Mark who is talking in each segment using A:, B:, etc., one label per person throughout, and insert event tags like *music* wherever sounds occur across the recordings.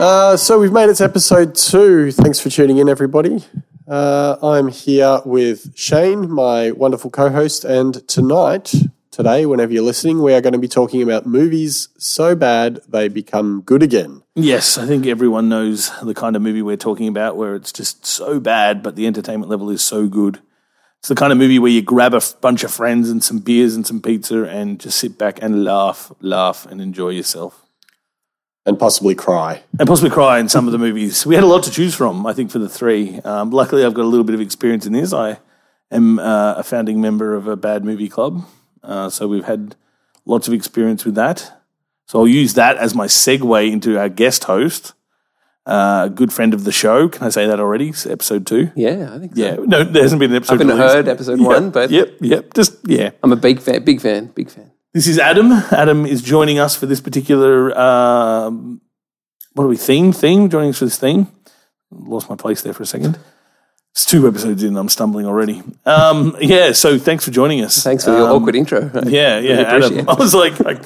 A: Uh, so we've made it to episode two. Thanks for tuning in, everybody. Uh, I'm here with Shane, my wonderful co host, and tonight, today, whenever you're listening, we are going to be talking about movies so bad they become good again.
B: Yes, I think everyone knows the kind of movie we're talking about where it's just so bad, but the entertainment level is so good. It's the kind of movie where you grab a f- bunch of friends and some beers and some pizza and just sit back and laugh, laugh, and enjoy yourself.
A: And possibly cry.
B: And possibly cry in some of the movies. We had a lot to choose from, I think, for the three. Um, luckily, I've got a little bit of experience in this. I am uh, a founding member of a bad movie club, uh, so we've had lots of experience with that. So I'll use that as my segue into our guest host, uh, a good friend of the show. Can I say that already? It's episode two.
C: Yeah, I think so.
B: Yeah, no, there hasn't been an episode.
C: Haven't
B: released.
C: heard episode
B: Yep,
C: one, but
B: yep, yep, just yeah.
C: I'm a big fan, big fan, big fan.
B: This is Adam. Adam is joining us for this particular. Um, what are we theme? Theme joining us for this theme. Lost my place there for a second. It's two episodes in. I'm stumbling already. Um, yeah. So thanks for joining us.
C: Thanks for your awkward intro.
B: Um,
C: *laughs*
B: Yeah, yeah.
C: appreciate
B: Adam. *laughs* I was like, like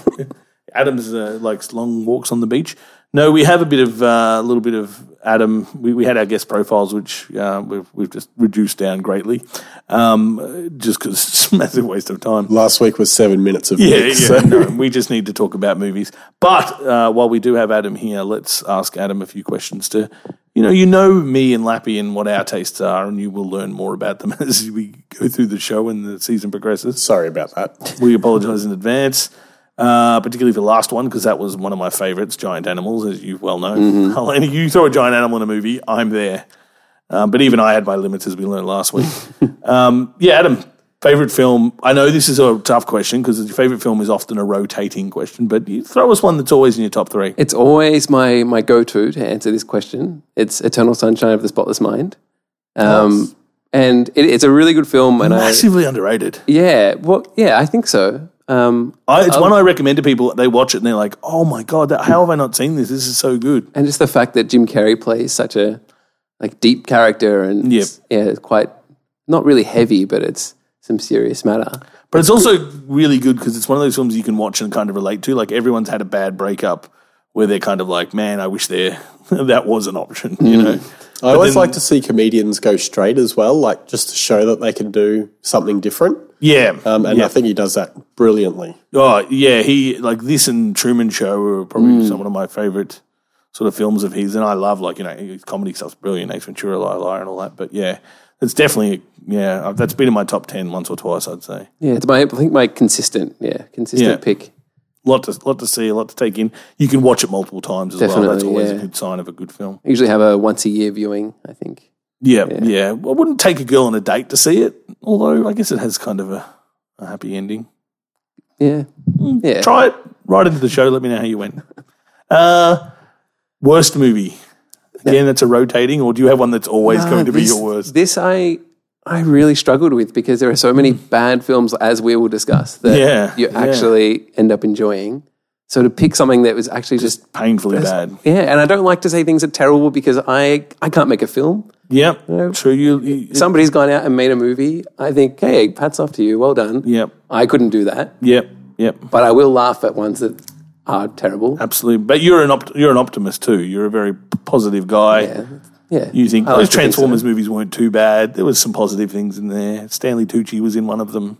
B: Adam's uh, likes long walks on the beach. No, we have a bit of uh, a little bit of Adam. We, we had our guest profiles, which uh, we've, we've just reduced down greatly, um, uh, just because *laughs* it's a massive waste of time.
A: Last week was seven minutes of *laughs*
B: Yeah, yeah.
A: Nick, so-
B: no, we just need to talk about movies. But uh, while we do have Adam here, let's ask Adam a few questions to, you know, you know me and Lappy and what our tastes are, and you will learn more about them *laughs* as we go through the show and the season progresses.
A: Sorry about that.
B: We apologise in advance, uh, particularly for the last one because that was one of my favourites, giant animals, as you well know. *laughs* Helena, you throw a giant animal in a movie, I'm there. Um, but even I had my limits, as we learned last week. um, yeah, Adam, favorite film. I know this is a tough question because your favorite film is often a rotating question, but you throw us one that's always in your top three.
C: It's always my my go to to answer this question. It's Eternal Sunshine of the Spotless Mind, um, and it, it's a really good film. And I
B: Massively underrated.
C: yeah, well, yeah, I think so. Um,
B: I, it's one I recommend to people. They watch it and they're like, "Oh my god, that, how have I not seen this? This is so good."
C: and just the fact that Jim Carrey plays such a like deep character and
B: Yep.
C: yeah, it's quite not really heavy, but it's some serious matter.
B: But it's also really good because it's one of those films you can watch and kind of relate to. Like everyone's had a bad breakup where they're kind of like, "Man, I wish there *laughs* that was an option." You
C: Mm.
B: know,
A: I always
B: then-
A: like to see comedians go straight as well, like just to show that they can do something different.
B: yeah.
A: Um, and
B: yeah.
A: I think he does that brilliantly.
B: Oh yeah, he like this and Truman Show are
C: Mm.
B: probably some of my favorite sort of films of his, and I love like you know his comedy stuff's brilliant, Ace Ventura, Liar Liar, and all that. But yeah, it's definitely yeah I've- that's been in my top ten once or twice, I'd say.
C: Yeah, it's my I think my consistent yeah consistent
B: Yeah.
C: pick.
B: Lot to lot to see, a lot to take in. You can watch it multiple times as well. That's
C: Definitely,
B: always a
C: yeah.
B: good sign of a good film.
C: I usually have a once a year viewing. I think.
B: Yeah, yeah. I wouldn't take a girl on a date to see it, although I guess it has kind of a, a happy ending.
C: Yeah, yeah.
B: Try it. Right into the show. Let me know how you
C: *laughs*
B: went. Uh, worst movie. Again, that's a rotating, or do you have one that's always going to be
C: Uh, this,
B: your worst?
C: This I I really struggled with because there are so many bad films, as we will discuss, that
B: Hmm. Yeah,
C: you
B: yeah.
C: actually end up enjoying. So to pick something that was actually just
B: Painfully bad.
C: yeah, and I don't like to say things are terrible because I I can't make a film.
B: Yep. True. You. you
C: Somebody's gone out and made a movie. I think, hey, hats off to you, well done.
B: Yep.
C: I couldn't do that,
B: Yep. Yep.
C: but I will laugh at ones that are terrible.
B: Absolutely. But you're an opt- you're an optimist too. You're a very p- positive guy.
C: Yeah, yeah.
B: You think
C: I like
B: those
C: to think so.
B: Transformers movies weren't too bad. There was some positive things in there. Stanley Tucci was in one of them.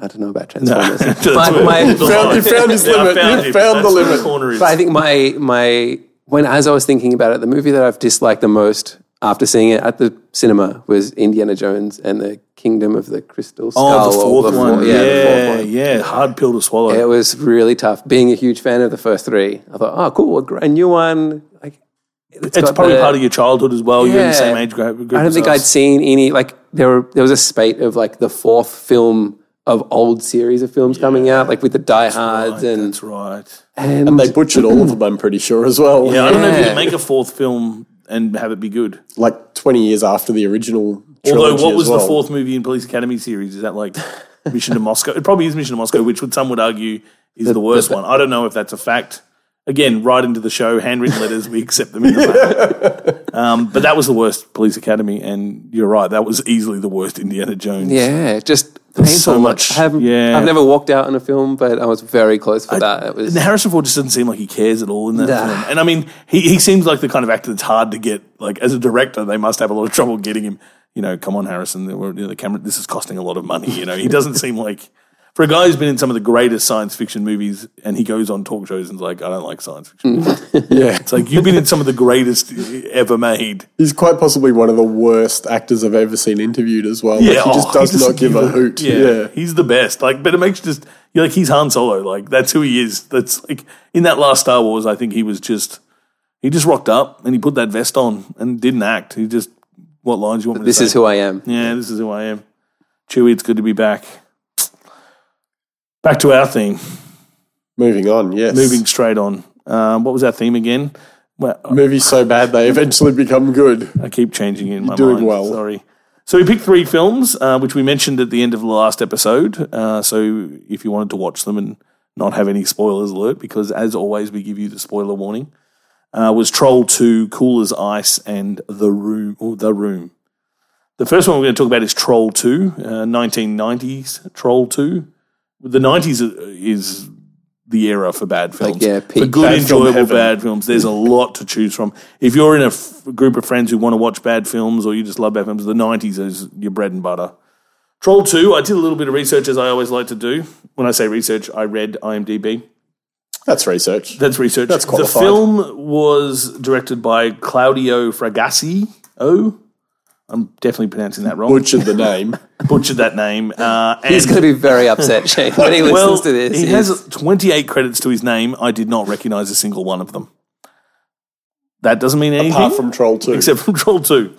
C: I don't know about Transformers.
B: *laughs* That's
C: my,
B: where-
C: my,
B: the line.
A: you *laughs* found his limit. You
B: him.
A: found the
B: That's where
A: limit.
B: corner is.
C: But I think my my when as I was thinking about it, the movie that I've disliked the most after seeing it at the cinema was Indiana Jones and the Kingdom of the Crystal Skull.
B: Oh, the
C: or
B: fourth
C: the
B: one.
C: four-
B: Yeah,
C: the fourth
B: yeah,
C: one.
B: Hard pill to swallow.
C: It was really tough. Being a huge fan of the first three, I thought, oh, cool, a, gr- a new one. Like,
B: it's
C: got
B: probably
C: the-
B: part of your childhood as well. You're in the
C: Yeah.
B: same age gra- group.
C: I don't
B: as
C: think I'd
B: us.
C: seen any like there were there was a spate of like the fourth film of old series of films coming out, like with the Die Hards
B: Right,
C: and
B: that's right.
C: and
A: They butchered all of them, I'm pretty sure, as well.
B: Yeah, I don't know if you
C: Yeah.
B: can make a fourth film and have it be good.
A: Like 20 years after the original.
B: Although,
A: trilogy
B: what
A: as
B: was
A: well.
B: the fourth movie in Police Academy series? Is that like Mission to Moscow? It probably is Mission to Moscow, which would some would argue is the, worst one. I don't know if that's a fact. Again, right into the show, handwritten letters. We accept them in the mail.
A: *laughs*
B: Um, but that was the worst Police Academy, and you're right. That was easily the worst Indiana Jones.
C: Yeah, just painful.
B: so much-
C: I haven't,
B: yeah.
C: I've never walked out in a film, but I was very close for that.
B: *laughs*
C: It was
B: And Harrison Ford just doesn't seem like he cares at all in that
C: Nah.
B: film. And I mean, he, he seems like the kind of actor that's hard to get. Like as a director, they must have a lot of trouble getting him. You know, come on, Harrison, the, we're- the camera. This is costing a lot of money. You know, he doesn't seem like for a guy who's been in some of the greatest science fiction movies, and he goes on talk shows and's like, I don't like science fiction. movies."
A: Yeah.
B: it's like you've been in some of the greatest ever made.
A: He's quite possibly one of the worst actors I've ever seen interviewed as well. Like, he just
B: oh,
A: does
B: doesn't
A: not give a hoot.
B: Yeah, he's the best. Like, but it makes you just you're like he's Han Solo. Like that's who he is. That's like in that last Star Wars. I think he was just he just rocked up and he put that vest on and didn't act. He just what lines you want me
C: this
B: to
C: is who I am.
B: yeah, this is who I am. Chewie, it's good to be back. Back to our theme.
A: Moving on, yes.
B: Moving straight on. Um, what was our theme again? Well,
A: Movies so bad they eventually become good.
B: I keep changing it in my
A: doing
B: mind.
A: well.
B: Sorry. So we picked three films, uh, which we mentioned at the end of the last episode. Uh, so if you wanted to watch them and not have any spoilers alert, because as always we give you the spoiler warning, uh, was Troll Two, Cool as Ice, and The Room. Or the Room. The first one we're going to talk about is Troll Two, uh, 1990s Troll Two. The 90s is the era for bad films.
C: yeah,
B: for
C: peak
B: good,
A: bad film
B: enjoyable
A: heaven.
B: bad films. There's a lot to choose from. If you're in a f- group of friends who want to watch bad films or you just love bad films, the 90s is your bread and butter. Troll 2, I did a little bit of research as I always like to do. When I say research, I read IMDb.
A: That's
B: *laughs*
A: research.
B: That's research. That's The
A: qualified.
B: film was directed by Claudio Fragasi. Oh, I'm definitely pronouncing that wrong.
A: Butchered the name.
B: Butchered that name. Uh, and
C: He's going to be
B: *laughs*
C: very upset, Shane, when he listens
B: well,
C: to this.
B: he
C: He's-
B: has 28 credits to his name. I did not recognize a single one of them. That doesn't mean anything
A: Apart from Troll 2.
B: Hmm? *laughs* except from Troll 2.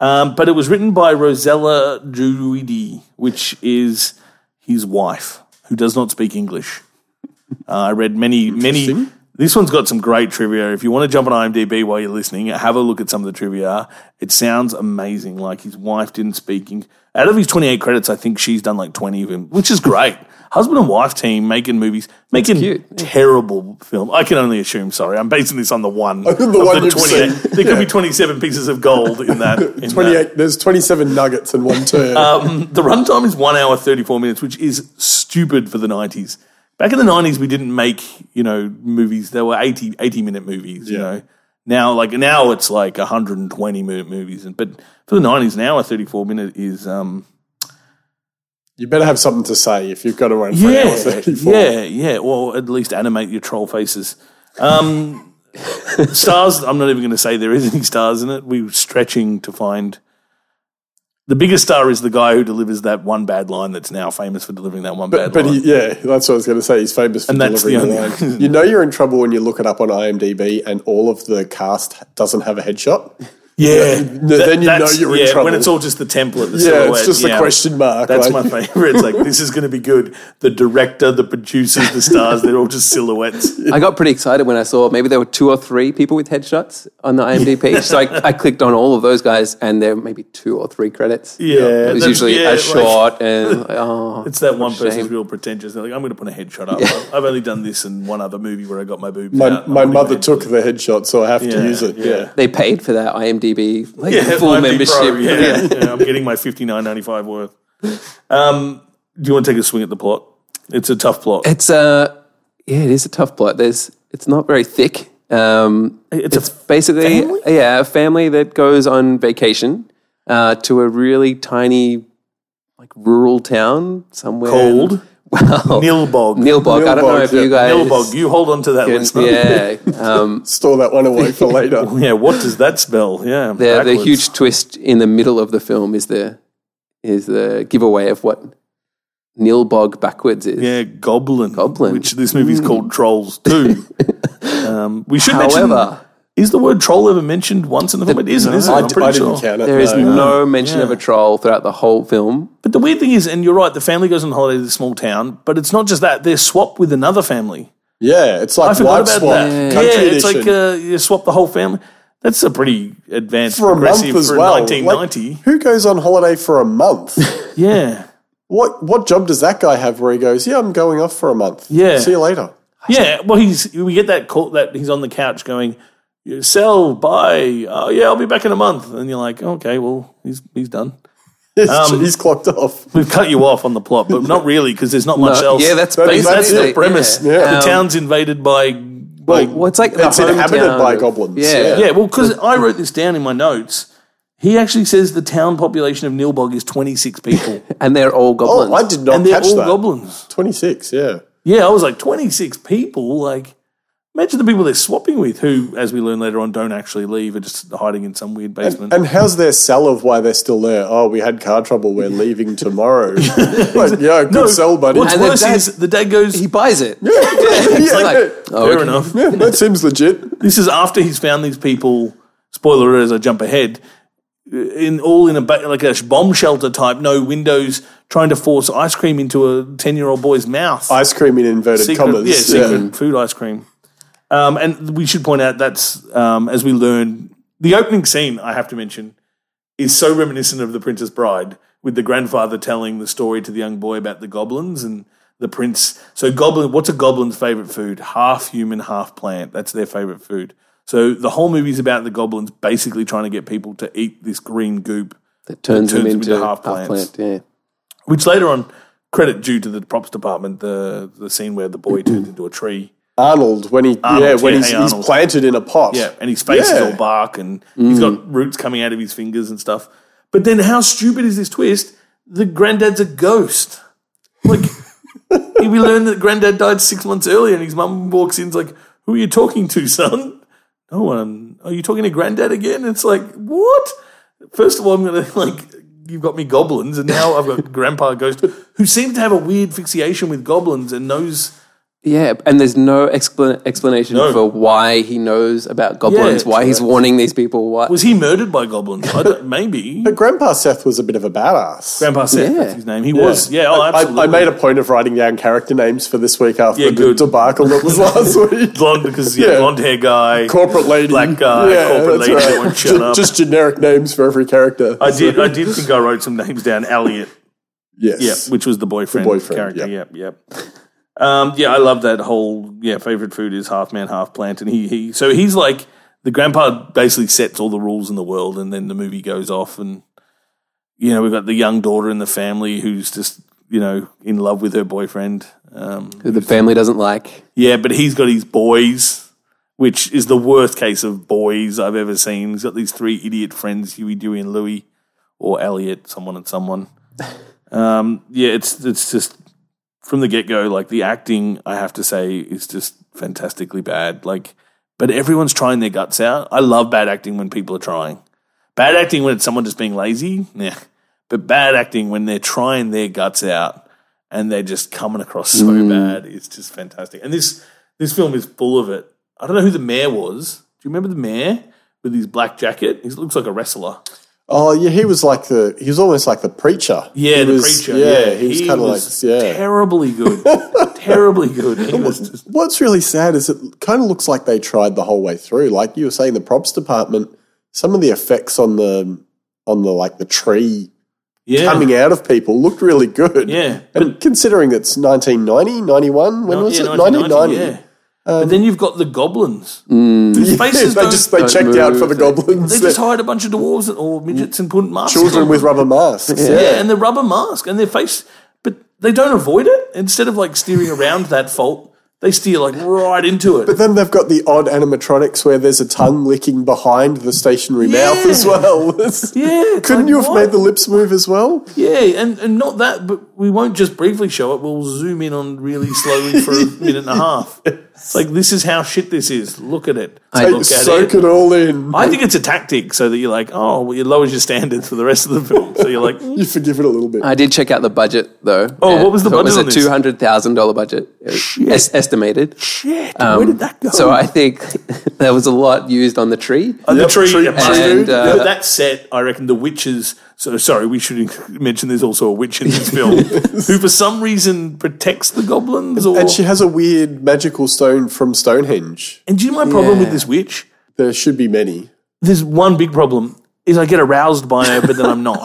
B: Um, but it was written by Rosella Druidi, which is his wife, who does not speak English. Uh, I read many, many.
A: Interesting.
B: This one's got some great trivia. If you want to jump on IMDb while you're listening, have a look at some of the trivia. It sounds amazing. Like his wife didn't speak. Eng- Out of his 28 credits, I think she's done like 20 of them, which is great. Husband and wife team making movies, making
C: cute.
B: terrible film. I can only assume. Sorry, I'm basing this on
A: *laughs*
B: the one.
A: The
B: of
A: one you've
B: 28.
A: seen.
B: There could be 27 pieces of gold in that. Uh, in
A: 28, There's 27 nuggets in one turn.
B: that. The runtime is one hour 34 minutes, which is stupid for the 90s. Back in the 90s, we didn't make, you know, movies. There were 80, 80 minute movies, you
A: Yeah.
B: know. Now, like, now it's like 120 minute movies. And But for the 90s, an hour 34 minute is, um,
A: you better have something to say if you've got to run for an
B: yeah,
A: hour *laughs* 34.
B: yeah, yeah. Or at least animate your troll faces. Um, *laughs* stars. I'm not even going to say there is any stars in it. We were stretching to find. The biggest star is the guy who delivers that one bad line that's now famous for delivering that one bad
A: But
B: line.
A: he, yeah, that's what I was going to say. He's famous for
B: And that's the
A: delivering the,
B: only *laughs*
A: line. You know you're in trouble when you look it up on IMDb and all of the cast doesn't have a headshot.
B: yeah,
A: then you know
B: that's-
A: you're in
B: yeah, When
A: trouble.
B: it's all just the template,
A: Yeah,
B: the silhouette,
A: it's just
B: yeah.
A: the question mark.
B: That's
A: like-
B: my favorite. It's like this is going to be good. The director, the producers, the stars—they're all just silhouettes.
A: *laughs*
C: I got pretty excited when I saw maybe there were two or three people with headshots on the IMDb page. so I, I clicked on all of those guys, and there were maybe two or three credits.
B: Yeah,
C: It was
B: that's-
C: usually
B: yeah,
C: a
B: like-
C: short and like, oh,
B: It's that one person's
C: shame.
B: real pretentious. They're like, I'm going to put a headshot up. I've- I've only done this in one other movie where I got my boobs
A: My,
B: out.
A: my
B: I'm not
A: mother
B: even-
A: took the headshot, so I have
B: Yeah,
A: to use it.
B: yeah.
A: Yeah.
C: they paid for that IMDb like
B: *laughs* yeah,
C: full
B: I'd be
C: membership.
B: pro, yeah, Yeah, I'm getting my 59.95 worth. Um, do you want to take a swing at the plot? It's a tough plot.
C: It's a yeah, it is a tough plot. There's it's not very thick. Um,
B: It's
C: it's,
B: a
C: basically
B: family?
C: yeah, a family that goes on vacation uh, to a really tiny like rural town somewhere
B: Cold.
C: *laughs* Well,
B: Nilbog.
C: Nilbog. I don't know
A: Nilbog,
C: if
A: yeah.
C: you guys
B: Nilbog. You hold on to that
C: can-
B: listener.
C: yeah. Um,
A: Store that one away for
C: *laughs*
A: later.
B: Yeah, what does that spell? Yeah,
C: the, the
B: backwards.
C: huge twist in the middle of the film is the is the giveaway of what Nilbog backwards is.
B: Yeah, goblin.
C: Goblin.
B: Which this movie's called Trolls Too. um, we should mention.
C: However,
B: Is the word troll ever mentioned once in the film? It isn't, is it?
A: I,
B: I'm
A: d-
B: pretty
A: I didn't
B: sure.
A: count it.
C: there is
A: no.
C: no mention of a troll throughout the whole film.
B: But the weird thing is, and you're right, the family goes on holiday to this small town, but it's not just that. They're swapped with another family.
A: Yeah, it's
B: I
A: like
B: forgot
A: wife
B: about
A: swap,
B: that. Yeah,
A: country
B: it's
A: edition.
B: like uh, you swap the whole family. That's a pretty advanced
A: for a month
B: progressive
A: as
B: for
A: well.
B: 1990.
A: Like, who goes on holiday for a
B: *laughs*
A: month?
B: yeah.
A: what what job does that guy have where he goes? Yeah, I'm going off for a month.
B: Yeah.
A: see you later. *laughs*
B: Yeah. Well, he's we get that call that he's on the couch going, sell, buy. Oh, yeah, I'll be back in a month. And you're like, okay, well, he's he's done.
A: He's, he's clocked off.
B: We've cut you off on the plot, but not really because there's not much else.
C: yeah, that's
A: That
C: basically
A: is- that's the
B: premise.
A: Yeah.
B: The
A: Um,
B: town's invaded by. by
C: Well, it's like the
A: It's inhabited
C: hometown
A: by
C: of-
A: goblins, yeah.
C: Yeah,
B: yeah, well, because I wrote this down in my notes. He actually says the town population of Nilbog is 26
A: *laughs*
B: people,
C: and they're all goblins.
A: Oh, I did not
B: and they're
A: catch
B: all
A: that.
B: goblins.
A: 26, yeah.
B: Yeah, I was like, 26 people? Like, imagine the people they're swapping with who, as we learn later on, don't actually leave, are just hiding in some weird basement.
A: And how's their sell of why they're still there? Oh, we had car trouble. We're leaving
B: *laughs*
A: tomorrow. like, yeah, good sell, buddy.
B: What's
C: And the
B: worse
C: dad-
B: is the dad goes, *laughs*
C: he buys it. Yeah,
A: Yeah,
C: like, oh,
B: fair
C: okay.
B: enough.
A: yeah, that seems legit.
B: This is after he's found these people. Spoiler alert as I jump ahead. In all in a ba- like a sh- bomb shelter type, no windows, trying to force ice cream into a ten year old boy's mouth.
A: Ice cream in inverted
B: secret,
A: commas.
B: yeah, secret food ice cream. Um, and we should point out that's um, as we learn the opening scene. I have to mention is so reminiscent of the Princess Bride, with the grandfather telling the story to the young boy about the goblins and the prince. So, goblin, what's a goblin's favorite food? Half human, half plant. That's their favorite food. So, the whole movie's about the goblins basically trying to get people to eat this green goop,
C: That
B: Turns
C: turns, them
B: them
C: into,
B: into half
C: half, plant.
B: plants.
C: Yeah,
B: which later on, credit due to the props department, the the scene where the boy turns into a tree.
A: Arnold, when he, yeah, when
B: yeah,
A: he's,
B: hey,
A: he's
B: Arnold.
A: planted in a pot.
B: Yeah, and his face is
A: Yeah.
B: all bark, and he's got roots coming out of his fingers and stuff. But then, how stupid is this twist? The granddad's a ghost. Like, we learn that granddad died six months earlier, and his mum walks in's like, "Who are you talking to, son? No one. Are you talking to granddad again?" It's like, what? First of all, I'm gonna like. You've got me goblins, and now I've got Grandpa Ghost, who seems to have a weird fixation with goblins and knows
C: yeah. And there's no expla- explanation
B: No.
C: for why he knows about goblins,
B: Yeah,
C: why he's warning these people. Why?
B: was he murdered by goblins? I don't, maybe
A: But Grandpa Seth was a bit of a badass.
B: Grandpa Seth,
C: Yeah.
B: that's his name. He was, yeah, oh,
A: I,
B: absolutely.
A: I made a point of writing down character names for this week after
B: Yeah,
A: the
B: good.
A: debacle that was
B: *laughs*
A: last week.
B: blonde because yeah,
A: Yeah.
B: blonde hair guy,
A: Corporate lady.
B: black guy, corporate
A: that's
B: lady.
A: right.
B: Won't
A: Ju-
B: shut up.
A: Just generic names for every character.
B: I did. I did think I wrote some names down. Elliot, yeah,
A: yes.
B: which was the boyfriend,
A: The boyfriend,
B: character. Yep, yep. Um, yeah, I love that whole. Yeah, favorite food is half man, half plant, and he he. So he's like the grandpa. Basically, sets all the rules in the world, and then the movie goes off, and you know we've got the young daughter in the family who's just you know in love with her boyfriend. Um,
C: who the family doesn't like.
B: Yeah, but he's got his boys, which is the worst case of boys I've ever seen. He's got these three idiot friends, Huey, Dewey, and Louie, or Elliot, someone and someone. Um, yeah, it's it's just from the get go. Like the acting, I have to say, is just fantastically bad. Like, but everyone's trying their guts out. I love bad acting when people are trying. Bad acting when it's someone just being lazy, yeah. But bad acting when they're trying their guts out and they're just coming across so
A: Mm.
B: bad. It's just fantastic. And this this film is full of it. I don't know who the mayor was. Do you remember the mayor with his black jacket? He looks like a wrestler.
A: Oh yeah, he was like the he was almost like the preacher.
B: Yeah,
A: he
B: the
A: was,
B: preacher.
A: Yeah, he was kind of like
B: was
A: yeah. *laughs*
B: terribly good, terribly good. He was just,
A: What's really sad is it kind of looks like they tried the whole way through. Like you were saying, the props department, some of the effects on the on the like the tree
B: yeah,
A: coming out of people looked really good.
B: yeah.
A: And considering it's 1990, 91, when was
B: Yeah,
A: it?
B: 1990,
A: 1990.
B: yeah. but then you've got the goblins.
A: *laughs*
B: Whose faces
A: mm. they
B: don't-
A: just they
C: Don't
A: checked out
C: move,
A: for the
C: they-
A: goblins.
B: They just hired a bunch of dwarves or midgets and put masks.
A: children
B: on
A: with
B: them.
A: rubber masks. Yeah.
B: yeah, and the rubber mask and their face, but they don't avoid it. Instead of like steering around that fault, they steer like right into it.
A: But then they've got the odd animatronics where there's a tongue licking behind the stationary mouth as
B: Yeah.
A: well. *laughs*
B: yeah, it's
A: Couldn't
B: like,
A: you have
B: what?
A: made the lips move as well?
B: Yeah, and, and not that, but we won't just briefly show it. We'll zoom in on really slowly
A: *laughs*
B: for a minute and a half. It's like this is how shit this is. Look at it.
C: I-
B: Look at
A: Soak
B: it.
A: it all in.
B: I think it's a tactic so that you're like, oh, well, it lowers your standards for the rest of the film. So you're like,
A: You forgive it a little bit.
C: I did check out the budget though.
B: Oh, what was the
C: so
B: budget
C: It
B: on
C: was
B: this?
C: a two hundred thousand dollar budget. It was es- estimated.
B: shit,
A: Um,
B: where did that go?
C: So I think *laughs* there was a lot used on the tree.
B: Uh, the
A: Yep,
B: tree,
A: tree-
B: yeah,
A: tree
B: must-
C: dude.
B: No,
C: And, uh,
B: that set, I reckon the witches. So sorry, we should *laughs* inc- mention there's also a witch
A: *laughs*
B: in this film who, for some reason, protects the goblins. Or
A: And she has a weird magical stone from Stonehenge.
B: and do you know my problem with
C: Yeah.
B: this witch?
A: There should be many.
B: There's one big problem. is I get aroused by her, but then
A: *laughs*
B: I'm not.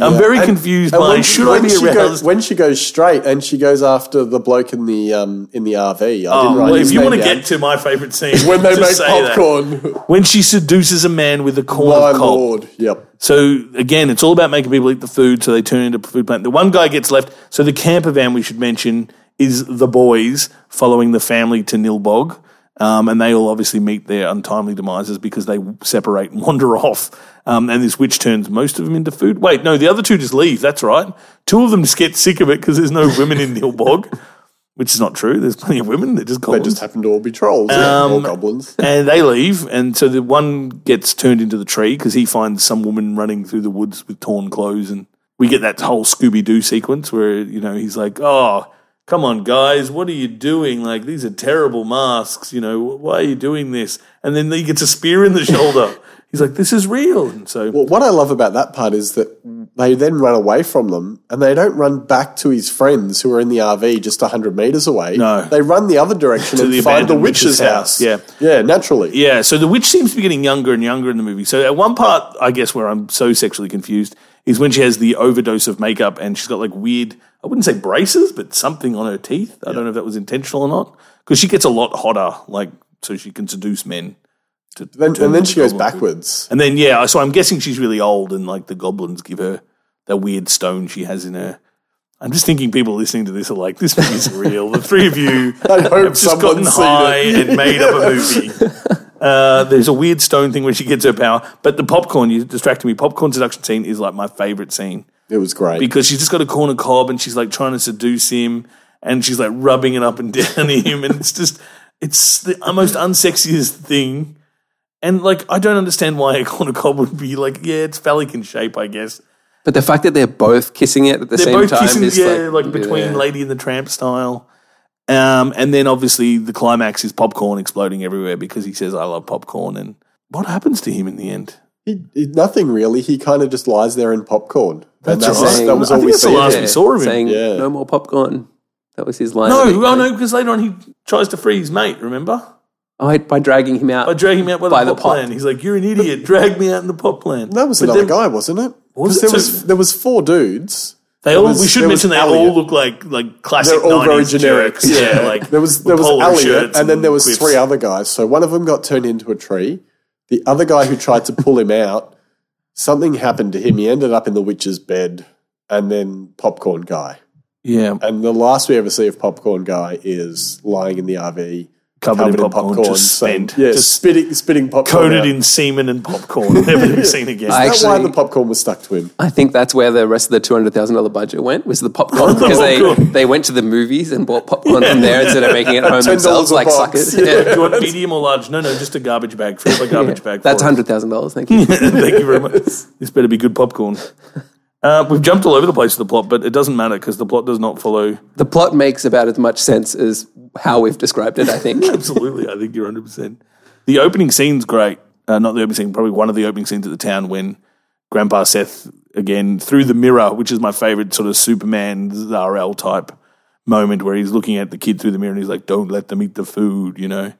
B: I'm very confused
A: Oh, And
B: by
A: when,
B: should
A: when
B: I be
A: she
B: aroused?
A: goes, when she goes straight and she goes after the bloke in the um, in the RV. I didn't
B: Oh,
A: write
B: well,
A: his
B: if you
A: name
B: want to
A: down.
B: get to my favorite scene,
A: when they
B: just
A: make
B: say that.
A: popcorn,
B: when she seduces a man with a corn
A: my
B: of cob.
A: lord, yep.
B: So again, it's all about making people eat the food, so they turn into a food plant. The one guy gets left. So the camper van we should mention is the boys following the family to Nilbog, um, and they all obviously meet their untimely demises because they separate and *laughs* wander off. Um, and this witch turns most of them into food. Wait, no, the other two just leave. That's right. Two of them just get sick of it because there's no women in Nilbog, *laughs* which is not true. There's plenty of women. They're just
A: They
B: goblins
A: just happen to all be trolls
B: Um,
A: yeah, or goblins.
B: and they leave, and so the one gets turned into the tree because he finds some woman running through the woods with torn clothes, and we get that whole Scooby Doo sequence where you know he's like, "Oh, come on, guys, what are you doing? Like these are terrible masks. You know why are you doing this?" And then he gets a spear in the *laughs* shoulder. he's like, "This is real," and so
A: But what I love about that part is that they then run away from them and they don't run back to his friends who are in the RV just 100 meters away.
B: No.
A: They run the other
B: *laughs*
A: direction and
B: the
A: find the
B: abandoned
A: witch's
B: witch's
A: house.
B: house, yeah.
A: Yeah, naturally.
B: Yeah, so the witch seems to be getting younger and younger in the movie. So at one part, I guess where I'm so sexually confused is when she has the overdose of makeup and she's got like weird, I wouldn't say braces, but something on her teeth. I don't know if that was intentional or not because she gets a lot hotter, like so she can seduce men. To
A: Then,
B: turn
A: and then
B: into
A: she goes
B: goblins.
A: backwards.
B: And then yeah, so I'm guessing she's really old and like the goblins give her that weird stone she has in her. I'm just thinking people listening to this are like, this movie's real. The three of you
A: *laughs* I hope
B: have just gotten
A: someone's seen
B: high
A: it.
B: and made
A: *laughs*
B: up a movie. Uh, there's a weird stone thing where she gets her power, but the popcorn, you distracted me. Popcorn seduction scene is like my favorite scene
A: It was great.
B: because she's just got a corner cob and she's like trying to seduce him and she's like rubbing it up and *laughs* down him and it's just it's the most unsexiest thing and like i don't understand why a corner cob would be like yeah it's phallic in shape i guess
C: But the fact that they're both kissing it at the
B: they're
C: same
B: both
C: time
B: kissing
C: is
B: yeah
C: like,
B: like, between
C: yeah.
B: lady and the tramp style um, and then obviously the climax is popcorn exploding everywhere because he says i love popcorn and what happens to him in the end
A: He, he- nothing really. He kind of just lies there in popcorn. And
B: That's
A: that's-
C: right.
A: That was
B: I
A: all
B: think
A: we
B: that's the
A: see.
B: last-
A: Yeah.
B: we saw of him.
C: saying
A: Yeah.
C: no more popcorn. That was his line. I
B: no
C: think.
B: oh no because later on he tries to free his mate remember
C: Oh, I- by dragging him out.
B: I drag him out by,
C: By
B: the
C: the
B: pot
C: pot.
B: plant. He's like, "You're an idiot. Drag me out in the pot plant."
A: That was
B: But
A: another
B: then
A: guy, wasn't it?
B: Was
A: 'Cause
B: it?
A: there
B: So-
A: was there was four dudes.
B: They all.
A: was-
B: we should
A: there was
B: mention they
A: Elliot.
B: all look like like classic.
A: They're all very
B: 90s
A: generic.
B: jerks. *laughs* Yeah,
A: *laughs*
B: like
A: There was
B: with
A: there was
B: polo
A: Elliot,
B: shirts
A: and then there was
B: quiffs.
A: three other guys. So one of them got turned into a tree. The other guy who tried to pull him out, something happened to him. He ended up in the witch's bed, and then popcorn guy.
B: Yeah,
A: And the last we ever see of popcorn guy is lying in the RV,
B: Covered in popcorn, just
A: saying-
B: spent,
A: yeah,
B: just
A: spitting spitting popcorn.
B: coated
A: out.
B: in semen and popcorn. Never to be seen again.
C: I-
A: Is that why
C: Actually-
A: the popcorn was stuck to him?
C: I think that's where the rest of the two hundred thousand dollar budget went was
B: *laughs*
C: the
B: Oh,
C: popcorn because they,
B: popcorn.
C: they went to the movies and bought popcorn from there instead
B: *laughs*
C: of making it home themselves
A: a
C: like
A: box.
C: suckers.
A: Yeah.
C: Yeah.
B: Do you want medium or large? No, no, just a garbage bag. Fill up a garbage bag.
C: That's
B: for us.
C: hundred thousand dollars.
B: Hmm.
C: Thank you.
B: *laughs* Thank you very much. This better be good popcorn. Uh, we've jumped all over the place with the plot, but it doesn't matter because the plot does not follow.
C: the plot makes about as much sense as how we've described it.
B: *laughs*
C: I think.
B: Absolutely, I think you're 100. percent The opening scene's great. Uh, not the opening scene, probably one of the opening scenes at the town when Grandpa Seth again through the mirror, which is my favorite sort of Superman RL type moment where he's looking at the kid through the mirror and he's like, "Don't let them eat the food," you know.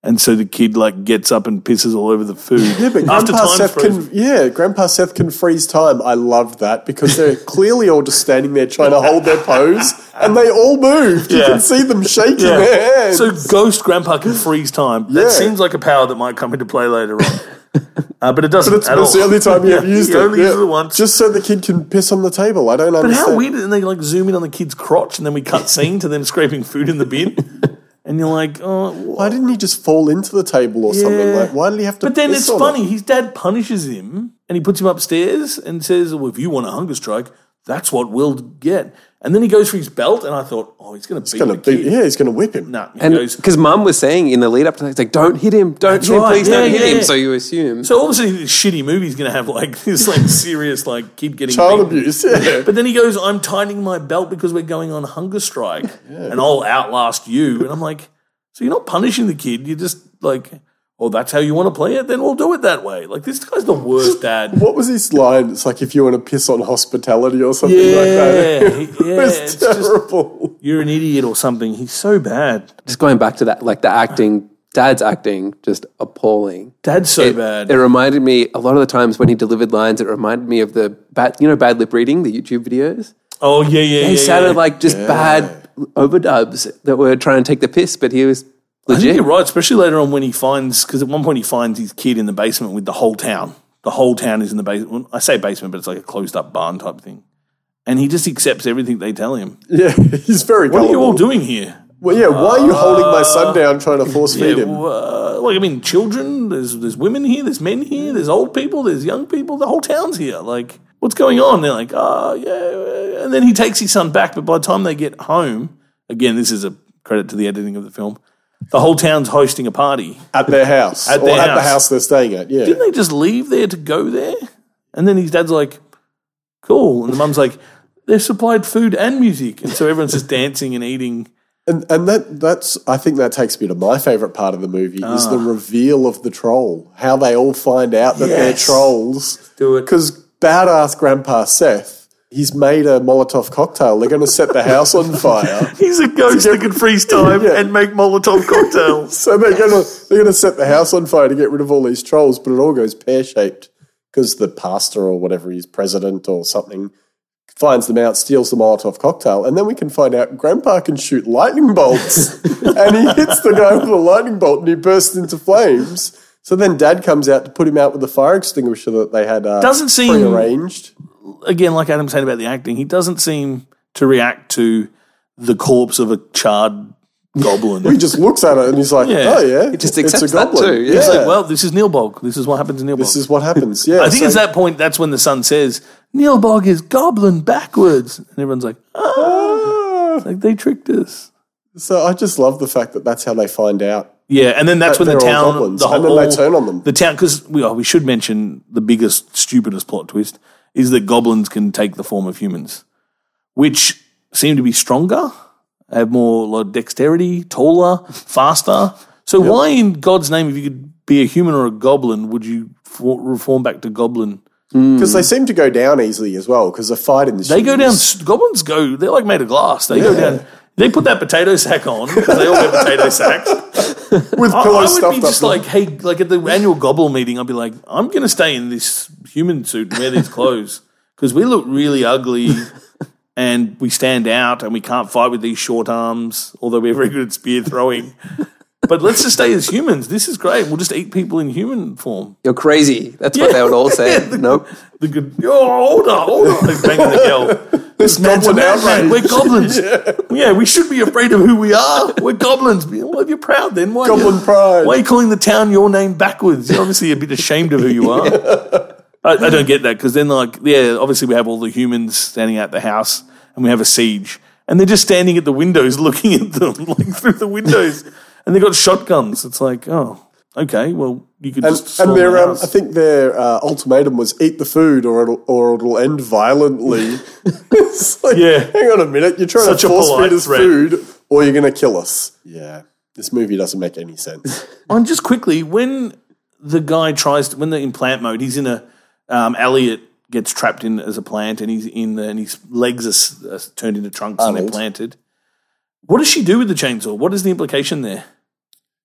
B: And so the kid like gets up and pisses all over the food. Yeah,
A: But Grandpa Seth can, yeah, Grandpa Seth can freeze time. I loved that because
B: *laughs*
A: they're clearly all just standing there trying to hold their pose, and they all moved. You
B: Yeah.
A: can see them shaking their hands.
B: So Ghost Grandpa can freeze time.
A: Yeah.
B: That seems like a power that might come into play later on,
A: *laughs*
B: uh, but it doesn't.
A: that's,
B: at
A: that's the
B: all.
A: only time you have
B: Yeah,
A: used
B: he
A: it.
B: only
A: yeah.
B: uses it once.
A: Just so the kid can piss on the table. I don't
B: But
A: understand.
B: how weird! And they like zoom in on the kid's crotch, and then we cut scene to them scraping food in the bin,
A: *laughs*
B: and you're like, oh.
A: Why didn't he just fall into the table or something?
B: Yeah.
A: Like, why did he have to?
B: But then
A: piss
B: it's
A: on it?
B: funny. His dad punishes him, and he puts him upstairs and says, "Well, if you want a hunger strike, that's what we'll get." And then he goes for his belt, and I thought, oh, he's going to beat
A: Gonna
B: the kid.
A: beat, yeah, he's going to whip him.
B: Nah, he
C: And
B: goes-
C: because mum was saying in the lead up to that, it's like, don't hit him, don't hit him,
B: right,
C: please
B: yeah,
C: don't hit
B: yeah, yeah.
C: him. So you assume.
B: So obviously, this shitty movie's going to have like *laughs* this, like serious, like kid getting
A: Child
B: beaten.
A: abuse. Yeah.
B: *laughs* But then he goes, I'm tightening my belt because we're going on hunger
C: *laughs*
B: strike and I'll outlast you. And I'm like, so you're not punishing the kid. You're just like, oh, that's how you want to play it? Then we'll do it that way. Like, this guy's the worst
C: *laughs*
B: dad.
A: what was his line? It's like if you want to piss on hospitality or something like *laughs*
B: Yeah,
A: that.
C: *laughs*
B: yeah,
A: It's
B: it's just
A: terrible.
B: you're an idiot or something. He's so bad.
C: Just going back to that, like the acting Dad's acting just appalling.
B: Dad's so
C: it,
B: bad.
C: It reminded me a lot of the times when he delivered lines. It reminded me of the bad, you know, bad lip reading, the YouTube videos.
B: oh yeah, yeah, yeah.
C: He
B: yeah,
C: sounded
B: yeah.
C: like just bad overdubs that were trying to take the piss, but he was
B: I think
C: legit.
B: you're right, especially later on when he finds because at one point he finds his kid in the basement with the whole town. The whole town is in the basement. I say basement, but it's like a closed up barn type thing. And he just accepts everything they tell him.
A: Yeah, he's very
B: What are
A: gullible.
B: you all doing here?
A: Well, yeah, why are you holding my son down trying to force feed
B: Uh, Yeah,
A: him?
B: uh, like I mean, children. There's there's women here. There's men here. There's old people. There's young people. The whole town's here. Like, what's going on? They're like, oh yeah. And then he takes his son back, but by the time they get home, again, this is a credit to the editing of the film. The whole town's hosting a party.
A: At their house.
B: At
A: or
B: their
A: at the
B: house.
A: house they're staying at, yeah.
B: Didn't they just leave there to go there? And then his dad's like, cool. And the mum's like, they've supplied food and music, and so everyone's just dancing and eating.
A: And, and that that's I think that takes me to my favorite part of the movie is
B: Ah.
A: the reveal of the troll. How they all find out that they're
B: Yes.
A: trolls.
B: do it.
A: Because badass grandpa Seth, he's made a Molotov cocktail. They're gonna set the house on fire.
B: He's a ghost that can freeze *laughs* time
A: Yeah.
B: and make Molotov cocktails.
A: So they're gonna they're gonna set the house on fire to get rid of all these trolls, but it all goes pear shaped because the pastor or whatever he's president or something finds them out, steals the Molotov cocktail, and then we can find out Grandpa can shoot lightning
B: *laughs*
A: bolts, and he hits the guy with a lightning bolt, and he bursts into flames. So then Dad comes out to put him out with the fire extinguisher that they had uh,
B: Doesn't seem-
A: prearranged.
B: Again, like Adam said about the acting, he doesn't seem to react to the corpse of a charred goblin.
A: He just looks at it and he's like,
B: Yeah.
A: "Oh yeah,
C: just
A: it's
C: accepts that too, yeah.
B: He's like, well, this is Neil Bog. This is what happens to Neil Bog.
A: this is what happens." Yeah,
B: I think it's that point. That's when the son says, "Neil Bog is goblin backwards," and everyone's like, "Ah!" Like they tricked us.
A: So I just love the fact that that's how they find out
B: Yeah, and then that's
A: But
B: when the
A: they're all
B: town,
A: goblins,
B: the
A: and
B: whole,
A: then they turn on them.
B: The town, because we oh, we should mention the biggest, stupidest plot twist is that goblins can take the form of humans, which seem to be stronger, have more like, dexterity, taller, faster. So why in God's name, if you could be a human or a goblin, would you for, reform back to goblin?
A: because they seem to go down easily as well because they're fighting this.
B: Hmm. They go down. Goblins go. They're like made of glass. They go down. They put that potato sack on because they all get potato sacks.
A: with
B: *laughs* I, I
A: pillows
B: would be
A: stuffed
B: just
A: up.
B: like, hey, like at the annual gobble meeting, I'd be like, I'm going to stay in this human suit and wear
C: *laughs*
B: these clothes because we look really ugly and we stand out and we can't fight with these short arms, although we're very good at spear
C: *laughs*
B: throwing. But let's just stay as humans. This is great. We'll just eat people in human form.
C: You're crazy. That's what they would
B: *laughs*
C: all say. nope.
B: The good, oh, hold on, hold on. Like banging
C: *laughs*
B: the girl. This man's a
A: goblin
B: madman.
A: outrage.
B: We're goblins. yeah. we should be afraid of who we are. We're goblins. Well, if you're proud, then why?
A: Goblin pride.
B: Why are you calling the town your name backwards? You're obviously a bit ashamed of who you
A: *laughs*
B: are. I, I don't get that because then, like, yeah, obviously we have all the humans standing at the house and we have a siege, and they're just standing at the windows *laughs* looking at them, like through the windows, and they've got shotguns. It's like, oh, okay, well, you could
A: and,
B: just. storm
A: and
B: the
A: their, um,
B: house.
A: I think their uh, ultimatum was eat the food or it'll, or it'll end violently.
B: *laughs*
A: it's like,
B: Yeah.
A: hang on a minute, you're trying
B: Such
A: to
B: a
A: force
B: polite
A: feed us
B: threat.
A: food, or you're going to kill us. Yeah, this movie doesn't make any sense.
B: And just quickly, when the guy tries to, when they're in plant mode, he's in a, um, Elliot gets trapped in as a plant and he's in the, and his legs are, s- are turned into trunks and they're
A: Arnold.
B: planted. What does she do with the chainsaw? What is the implication there?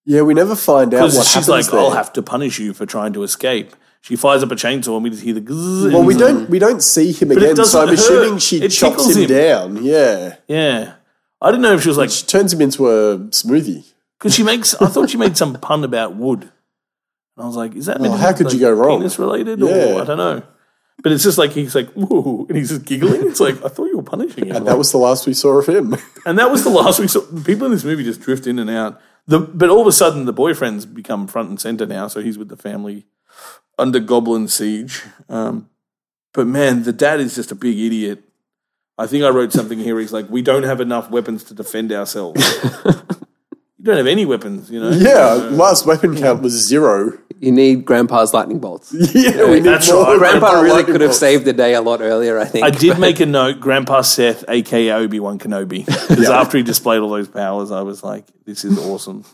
A: yeah, we never find out what
B: Because she's
A: happens
B: like,
A: there.
B: I'll have to punish you for trying to escape. She fires up a chainsaw and we just hear the gzz.
A: well, we don't we don't see him again,
B: doesn't
A: so I'm
B: hurt.
A: assuming she
B: It
A: chops
B: tickles
A: him,
B: him.
A: down. Yeah,
B: Yeah. I don't know if she was like,
A: she turns him into a smoothie.
B: because she makes, I thought she made some pun about wood. And I was like, is that meant to
A: Oh, how
B: be,
A: could
B: like,
A: you go wrong?
B: Penis related?
A: Yeah.
B: Or I don't know. But it's just like, he's like, whoa, and he's just giggling. It's like, I thought you were punishing him.
A: And that was the last we saw of him. *laughs*
B: And that was the last we saw. People in this movie just drift in and out. The, but all of a sudden, the boyfriend's become front and center now. So he's with the family under Goblin Siege. Um, but man, the dad is just a big idiot. I think I wrote something here. He's like, we don't have enough weapons to
A: *laughs*
B: defend ourselves. you don't have any weapons, you know?
A: yeah, last weapon count was
B: *laughs*
A: zero.
C: You need grandpa's lightning bolts.
A: Yeah, we need
B: that's
A: more
B: right.
C: Grandpa really
A: lightning
C: could have
A: bolts.
C: saved the day a lot earlier, I think.
B: I did make a note, Grandpa Seth, aka Obi Wan Kenobi, because after he displayed all those powers, I was like, "This is awesome."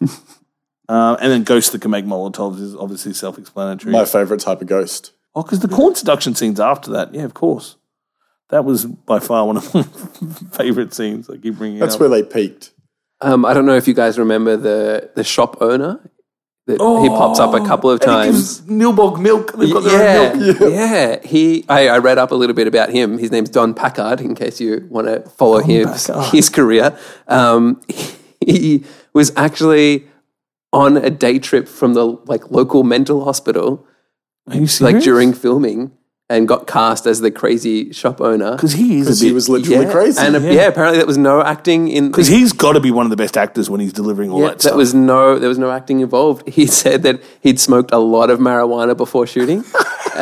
B: uh, and then Ghost that can make Molotovs is obviously self-explanatory.
A: My favorite type of ghost.
B: Oh, because the corn seduction scenes after that, yeah, of course, that was by far one of my *laughs* favorite scenes. I keep bringing it
A: That's
B: up.
A: where they peaked.
C: Um, I don't know if you guys remember the the shop owner that he pops up a couple of
B: Oh, And he
C: times.
B: gives Nilbog milk. They've got their
C: yeah,
B: own milk.
C: yeah. He, I, I read up a little bit about him. His name's Don Packard. In case you want to follow his
B: Packard.
C: his career, um, *laughs* he was actually on a day trip from the like local mental hospital,
B: Are you serious?
C: like during filming, and got cast as the crazy shop owner.
B: because he is a
A: he
B: bit-
A: was literally
C: yeah,
A: crazy.
C: and yeah. apparently there was no acting in.
B: because he's got to be one of the best actors when he's delivering all
C: Yeah,
B: that
C: that
B: stuff.
C: was no, there was no acting involved. He *laughs* said that he'd smoked a lot of marijuana
B: *laughs*
C: before shooting, *laughs*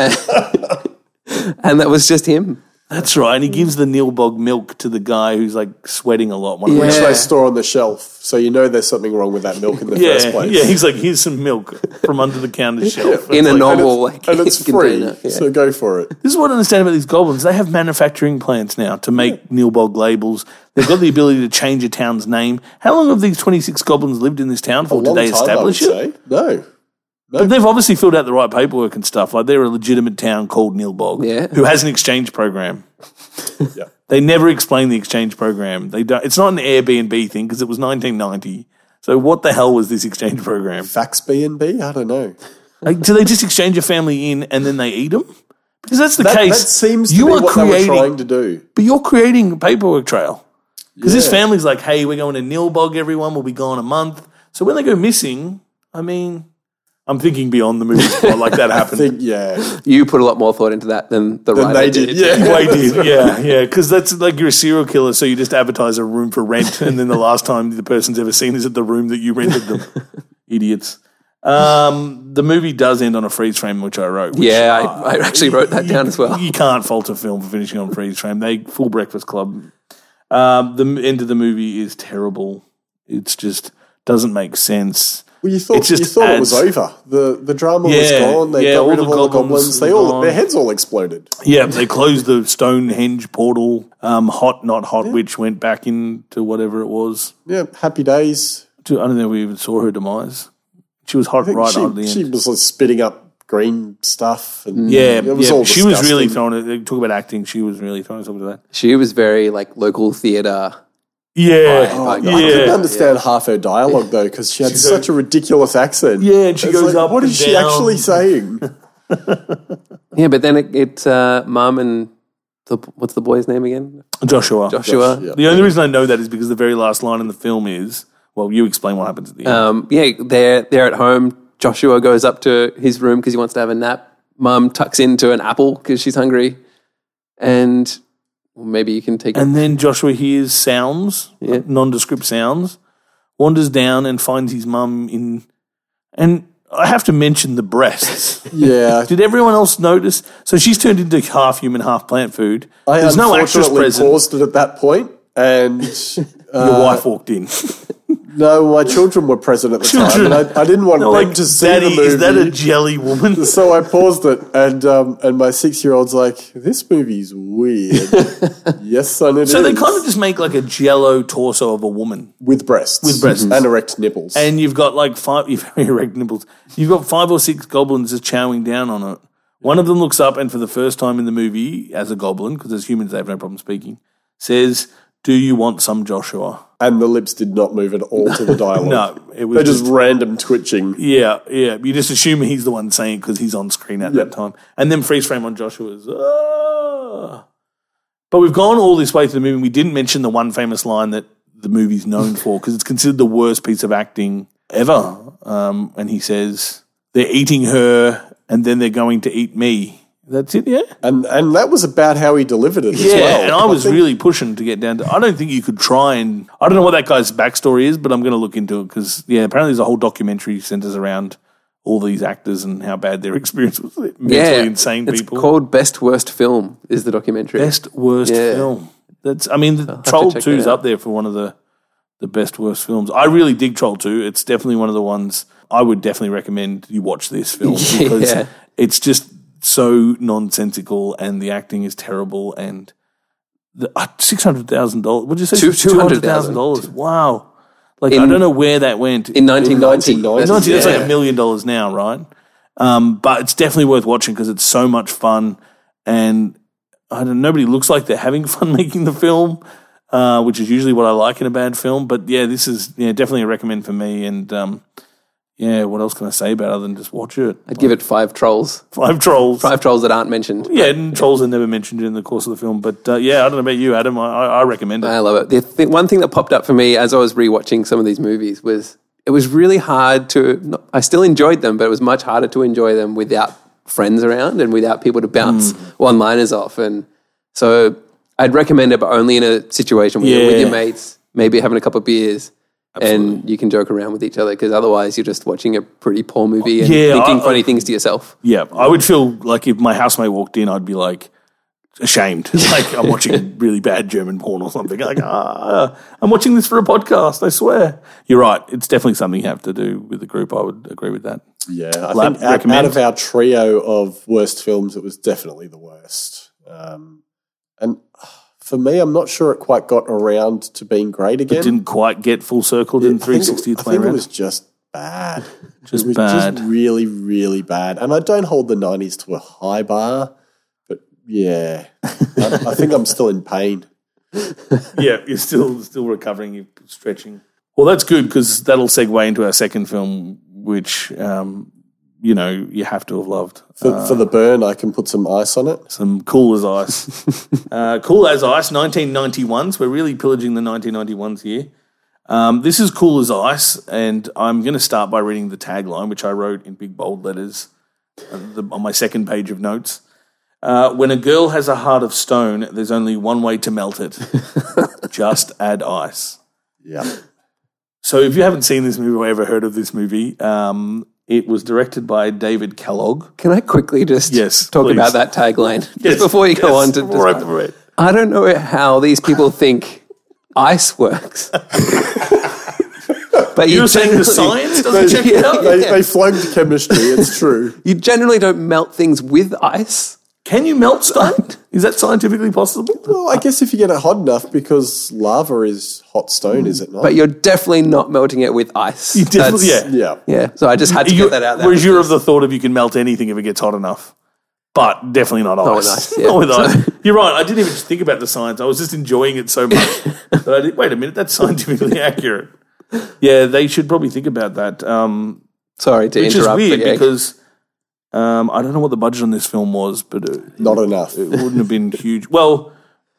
C: and that was just him.
B: That's right. And he gives the Nilbog milk to the guy who's like sweating a lot. One of
A: which
B: those-
C: Yeah.
A: they store on the shelf, so you know there's something wrong with that milk in the first
B: yeah,
A: place. *laughs*
B: yeah. He's like, here's some milk from under the counter shelf.
C: in
A: and
B: It's like,
C: a
A: it's,
C: normal *laughs* like
A: and it's free,
C: container. Yeah.
A: so go for it.
B: This is what I understand about these goblins. They have manufacturing plants now to make Nilbog labels. They've got the ability to change a town's name. How long have these 26 goblins lived in this town for? Did they establish it?
A: say.
B: *laughs*
A: No,
B: But they've obviously filled out the right paperwork and stuff. Like they're a legitimate town called Nilbog,
C: Yeah.
B: who has an exchange program.
A: Yeah.
B: They never explain the exchange program. They don't. It's not an Airbnb thing because it was 1990. So what the hell was this exchange program?
A: fax B and B. I don't know.
B: Like, do they just exchange a family in and then they eat them? Because that's the
A: That,
B: case.
A: that seems to
B: you
A: be
B: are
A: what
B: creating,
A: they were trying to do.
B: but you're creating a paperwork trail. Because this
A: Yeah.
B: family's like, hey, we're going to Nilbog. Everyone will be gone a month. So when they go missing, I mean, I'm thinking beyond the movie spot like
A: *laughs*
B: that happened.
A: Think, yeah,
C: You put a lot more thought into that than the writer
A: they
C: did.
A: did. Yeah,
B: Well, I did, yeah, yeah, because that's like you're a serial killer, so you just advertise a room for rent, and then the last time the person's ever seen is at the room that you rented
A: *laughs*
B: them. Idiots. Um, the movie does end on a freeze frame, which I wrote. Which,
C: *laughs* Yeah,
B: uh,
C: I, I actually wrote that down as well.
B: You can't fault a film for finishing on a freeze frame. They full Breakfast Club. Um, the m- end of the movie is terrible. It's just doesn't make sense.
A: well, you thought
B: It's just
A: you thought it was
B: ads.
A: over. The the drama was
B: Yeah,
A: gone. They
B: yeah,
A: got
B: all
A: rid
B: the
A: of all the
B: goblins
A: goblins.
B: were
A: They all
B: gone.
A: their heads all exploded.
B: Yeah, they closed the Stonehenge portal. Um, hot, not hot, which went back into whatever it was.
A: Yeah, happy days.
B: I don't think we even saw her demise. She was hot right on the
A: she,
B: end.
A: she was like, spitting up green stuff, and
B: yeah,
A: it was
B: yeah.
A: all
B: she was really
A: disgusting. Oh,
B: throwing it. they Talk about acting. She was really throwing something to that.
C: She was very like local theatre.
B: Yeah,
C: Oh, I got
A: I couldn't *laughs*
B: yeah,
A: understand half her dialogue though because she had such a ridiculous accent.
B: yeah. And she
A: It's
B: goes
A: like,
B: up.
A: What
B: and
A: is she
B: down.
A: actually
B: *laughs*
A: saying?
C: Yeah, but then it, it uh, mum and the, what's the boy's name again?
B: Joshua.
C: Joshua.
A: yeah.
B: The only reason I know that is because the very last line in the film is. Well, you explain what happens at the
A: Uh,
B: end.
C: Um, yeah, they're they're at home. Joshua goes up to his room because he wants to have a nap. Mum tucks into an apple because she's hungry, and maybe you can take.
B: and then Joshua hears sounds, uh,
C: Yeah.
B: nondescript sounds, wanders down and finds his mum in. And I have to mention
A: *laughs*
B: the breasts.
A: yeah,
B: Did everyone else notice? So she's turned into half human, half plant food.
A: I
B: *laughs* There's no actress
A: unfortunately
B: present.
A: paused it at that point, and
B: *laughs*
A: uh,
B: Your wife
A: *laughs*
B: walked in.
A: no, my children were present at the
B: Children.
A: time, and I, I didn't want
B: They're
A: them
B: *laughs* like,
A: to see
B: Daddy,
A: the movie.
B: is that a
A: *laughs*
B: jelly woman?
A: so I paused it, and um, and my six year old's like, "This movie's
B: *laughs*
A: weird." yes, son, it
B: so they
A: is.
B: kind of just make like a jello torso of a woman.
A: with breasts, with
B: breasts.
A: and erect nipples.
B: And you've got like five, *laughs* you've very erect nipples. You've got five or six goblins just chowing down on it. One of them looks up and for the first time in the movie, as a goblin, because as humans they have no problem speaking, says, Do you want some Joshua?
A: and the lips did not move at all
B: *laughs*
A: to the dialogue.
B: No, it was
A: they're just random twitching.
B: Yeah, yeah. You just assume he's the one saying because he's on screen at that time. And then freeze frame on Joshua's. "Ah." But we've gone all this way through the movie. and We didn't mention the one famous line that the movie's known for because it's considered the worst piece of acting ever. Um, and he says, they're eating her and then they're going to eat me. That's it, yeah?
A: And and that was about how he delivered it as
B: Yeah,
A: well.
B: and I was really pushing to get down to. I don't think you could try and. I don't know what that guy's backstory is, but I'm going to look into it because yeah, apparently there's a whole documentary centers around all these actors and how bad their *laughs* experience was. with it. Mentally insane
C: it's
B: people.
C: called Best Worst Film is the documentary.
B: best worst
C: Yeah.
B: film. That's. I mean, Troll
C: check
B: Two is
C: that out.
B: up there for one of the the best worst films. I really dig Troll Two. It's definitely one of the ones I would definitely recommend you watch this film because
C: *laughs* Yeah.
B: it's just so nonsensical and the acting is terrible and the uh, six hundred thousand dollars. Would you say
C: Two-
B: two hundred thousand dollars? Wow! Like I don't know where that went.
C: in 1990.
A: 1990.
B: It's
C: That's-
B: it's like a million dollars now, right? Um, but it's definitely worth watching because it's so much fun, and I don't. Nobody looks like they're having *laughs* fun making the film, uh, which is usually what I like in a bad film. But yeah, this is yeah, definitely a recommend for me, and um, yeah, what else can I say about it other than just watch it? *laughs*
C: I'd give it five trolls.
B: Five trolls.
C: Five trolls that aren't mentioned.
B: Yeah, and trolls are never mentioned in the course of the film. But uh, yeah, I don't know about you, Adam. I, I, I recommend it.
C: I love it. The th- one thing that popped up for me as I was rewatching some of these movies was it was really hard to. Not, I still enjoyed them, but it was much harder to enjoy them without friends around and without people to bounce
B: Mm.
C: one-liners off. And so I'd recommend it, but only in a situation where you're with
B: Yeah.
C: your mates, maybe having a couple of beers. And you can joke around with each other because otherwise you're just watching a pretty poor movie and
B: Oh, Yeah,
C: thinking
B: I-
C: funny things to yourself.
B: Yeah, I would feel like if my housemate walked in, I'd be like ashamed, *laughs* like I'm watching really bad German porn or something. Like ah, I'm watching this for a podcast. I swear. You're right. It's definitely something you have to do with the group. I would agree with that.
A: Yeah, I
B: Lab
A: think out, out
B: recommend.
A: of our trio of worst films, it was definitely the worst. Um, and for me, I'm not sure it quite got around to being great again.
B: Didn't quite get full circle. Didn't
A: I think it-
B: 360
A: I
B: play
A: think it
B: around.
A: was just bad.
B: Just
A: it was
B: bad.
A: Just really, really bad. And I don't hold the 90s to a high bar, but yeah, I, I think I'm still in pain.
B: *laughs* yeah, you're still still recovering. You're stretching. Well, that's good because that'll segue into our second film, which um, you know you have to have loved.
A: For, for the burn, I can put some ice on it.
B: Some cool as
C: *laughs*
B: ice, uh, cool as ice. 1991s. We're really pillaging the 1991s here. Um, this is cool as ice, and I'm going to start by reading the tagline, which I wrote in big bold letters uh, the, on my second page of notes. Uh, when a girl has a heart of stone, there's only one way to melt
C: *laughs*
B: it: just add ice.
A: Yeah.
B: So, if you haven't seen this movie or ever heard of this movie, um, it was directed by David Kellogg.
C: Can I quickly just
B: Yes,
C: talk
B: please.
C: about that tagline just before you go
B: Yes,
C: on to
B: before I-
C: describe- I don't know how these people think ice
B: *laughs*
C: works. but you
B: You're saying the
C: generally-
B: science doesn't check it out?
A: They,
C: Yeah.
A: they flunked chemistry, it's true.
C: You generally don't melt things with ice.
B: Can you melt stone? *laughs* Is that scientifically possible?
A: well, I guess if *laughs* you get it hot enough, because lava is hot stone, is it not?
C: But you're definitely not melting it with ice. You
B: definitely- yeah.
A: yeah.
C: Yeah. So I just had to
B: You-
C: get that out there.
B: Whereas you're of the thought of you can melt anything if it gets hot enough, but definitely not ice. *laughs*
C: with ice, yeah.
B: Not
C: *laughs*
B: with
C: So-
B: ice. You're right. I didn't even think about the science. I was just enjoying it so
C: *laughs*
B: much that I did. Wait a minute, that's scientifically accurate. Yeah, they should probably think about that. Um,
C: Sorry to
B: Which is
C: interrupt.
B: weird
C: but yeah.
B: because um, I don't know what the budget on this film was, but it,
A: Not enough.
B: it wouldn't have
C: *laughs*
B: been huge. Well,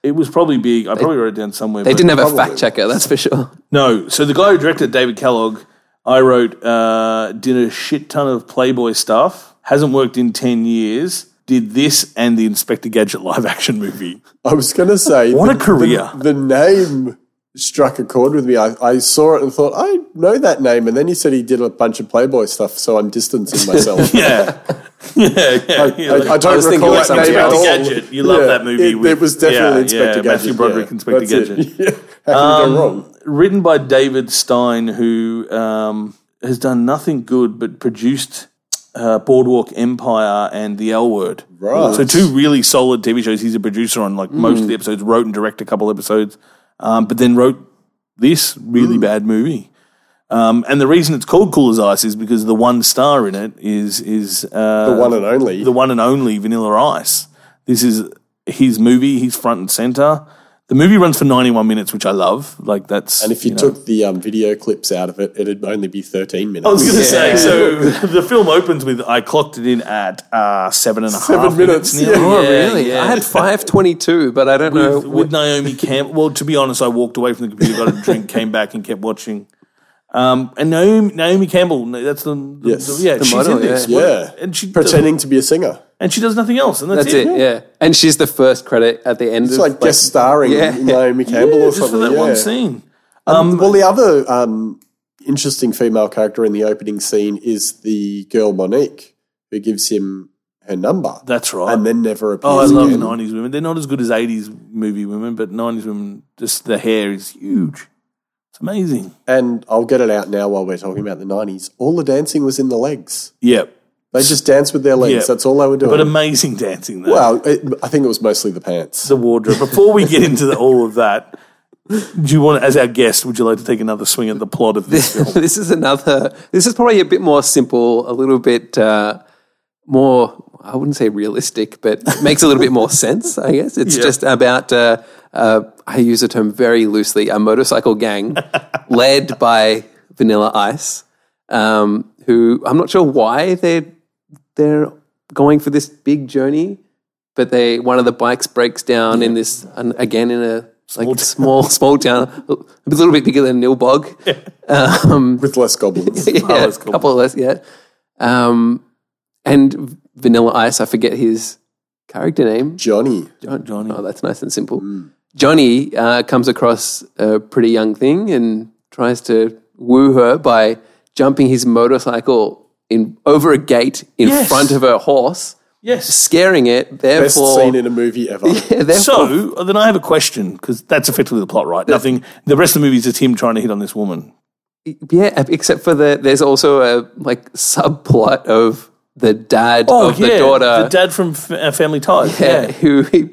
B: it was probably big. I probably wrote it down somewhere.
C: they
B: but-
C: didn't have a fact checker, that's
B: *laughs*
C: for sure.
B: No. So the guy who directed David Kellogg, I wrote, uh, did a shit ton of Playboy stuff, hasn't worked in 10 years, did this and the Inspector Gadget *laughs* live action movie.
A: I was going to say.
B: What a
A: the-
B: career.
A: The, the name struck a chord with me. I, I saw it and thought, I know that name. And then you said he did a bunch of Playboy stuff, so I'm distancing myself.
B: Yeah. *laughs* yeah. Yeah. yeah.
A: I,
B: Like-
A: I don't
C: I was thinking
A: recall
C: of
A: that
C: something
A: name at
C: else.
A: all.
B: Inspector Gadget. You love that movie
A: It,
B: with-
A: it was definitely
B: yeah,
A: Inspector
B: yeah,
A: Gadget.
B: Matthew Broderick,
A: yeah.
B: Inspector
A: That's it.
B: Gadget.
A: *laughs*
B: Um,
A: Yeah. How can you go wrong?
B: written by David Stein, who um, has done nothing good but produced uh, Boardwalk Empire and The L Word.
A: Right. Mm.
B: So two really solid TV shows. He's a producer on like most of the episodes. Wrote and directed a couple episodes, um, but then wrote this really
A: Mm.
B: bad movie. Um, and the reason it's called Cool as Ice is because the one star in it is is uh,
A: The one and only.
B: the one and only Vanilla Ice. This is his movie. He's front and center. The movie runs for 91 minutes, which I love. Like that's
A: and if you,
B: know.
A: took the um, video clips out of it, it'd only be 13 minutes.
B: I was going to say, so the film opens with I clocked it in at uh, seven and a half minutes.
A: minutes,
B: nearly.
A: yeah.
C: Oh, really? I had 522, but I don't
B: *laughs*
C: know.
B: with, with Naomi Campbell. Well, to be honest, I walked away from the computer, got a
C: *laughs*
B: drink, came back, and kept watching. Um, and Naomi, Naomi Campbell, that's the, the-
A: Yes.
B: the- yeah, she's
C: model,
B: in this,
A: yeah. Yeah.
B: and she
A: Pretending to be a singer.
B: and she does nothing else, and that's,
C: that's it, yeah. And she's the first credit at the end
A: It's
C: of
A: like, guest starring
C: yeah.
A: Naomi Campbell or
B: just
A: something.
B: for that one
A: yeah.
B: scene. Um,
A: well, the other um, interesting female character in the opening scene is the girl Monique, who gives him her number
B: That's right.
A: and then never appears.
B: Oh, I love
A: again.
B: nineties women. They're not as good as eighties movie women, but nineties women, just the hair is huge. It's amazing.
A: And I'll get it out now while we're talking about the nineties. All the dancing was in the legs.
B: Yeah,
A: They just danced with their legs.
B: Yeah.
A: That's all they were doing.
B: but amazing dancing though.
A: well, it, I think it was mostly the pants.
B: the wardrobe. Before we get into the, all of that, do you want, as our guest, would you like to take another swing at the plot
A: *laughs*
B: of this
C: *laughs*
B: film?
C: this is another. This is probably a bit more simple, a little bit uh, more. I wouldn't say realistic, but it makes a little bit *laughs* more sense. I guess it's
B: Yeah.
C: just about. Uh, uh, I use the term very *laughs* loosely. A motorcycle gang led by Vanilla Ice, um, who I'm not sure why they're they're going for this big journey, but they one of the bikes breaks down in this and again in a like small small town, a little bit bigger than Nilbog.
A: with less
B: *laughs*
A: goblins.
C: *laughs* yeah,
B: that's cool.
C: couple of less yet. Um, and Vanilla Ice, I forget his character name.
A: Johnny.
C: John, Johnny. Oh, that's nice and simple.
B: Mm.
C: Johnny uh, comes across a pretty young thing and tries to woo her by jumping his motorcycle in over a gate in
B: Yes.
C: front of her horse,
B: Yes.
C: scaring it.
A: Best
C: Therefore,
A: scene in a movie ever.
C: *laughs* Yeah, therefore-
B: So then I have a question because that's effectively the plot, right? Nothing. The rest of the movie is just him trying to hit on this woman.
C: yeah, except for the there's also a like subplot of the dad
A: Oh,
C: of the daughter.
B: Oh, the dad from F- uh, Family Ties.
C: yeah,
B: Yeah,
C: *laughs* who he,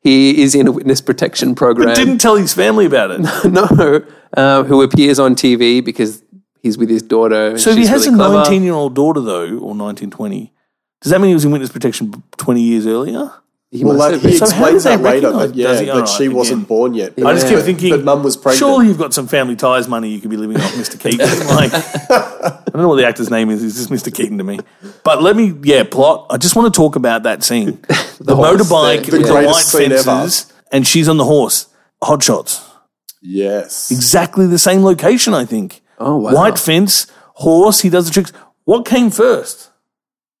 C: he is in a witness protection program.
B: didn't tell his family about it.
C: *laughs* no, um, who appears on TV because he's with his daughter. and
B: so if he
C: she's
B: has
C: really
B: a
C: clever.
B: nineteen-year-old daughter though, or nineteen twenty, does that mean he was in witness protection b- twenty years earlier?
C: He
A: Well,
C: must
A: that,
C: have been.
A: he
B: So how
A: explains
B: did they
A: that later,
B: recognise-
A: but yeah,
B: does he-
A: that
B: alright,
A: she wasn't
B: again.
A: born yet.
B: I just kept
A: But-
B: thinking,
A: but mum was pregnant.
B: Surely you've got some family ties money you could be living off,
C: *laughs*
B: Mr. Keaton. like, I don't know what the actor's name is. He's just Mr. Keaton to me. But let me, yeah, plot. I just want to talk about that scene: the,
C: horse,
B: motorbike,
C: *laughs* the-
B: with
A: the
B: the white
A: greatest scene ever.
B: fences, and she's on the horse. Hot shots.
A: Yes.
B: Exactly the same location, I think.
C: Oh, wow.
B: White fence, horse. He does the tricks. What came first?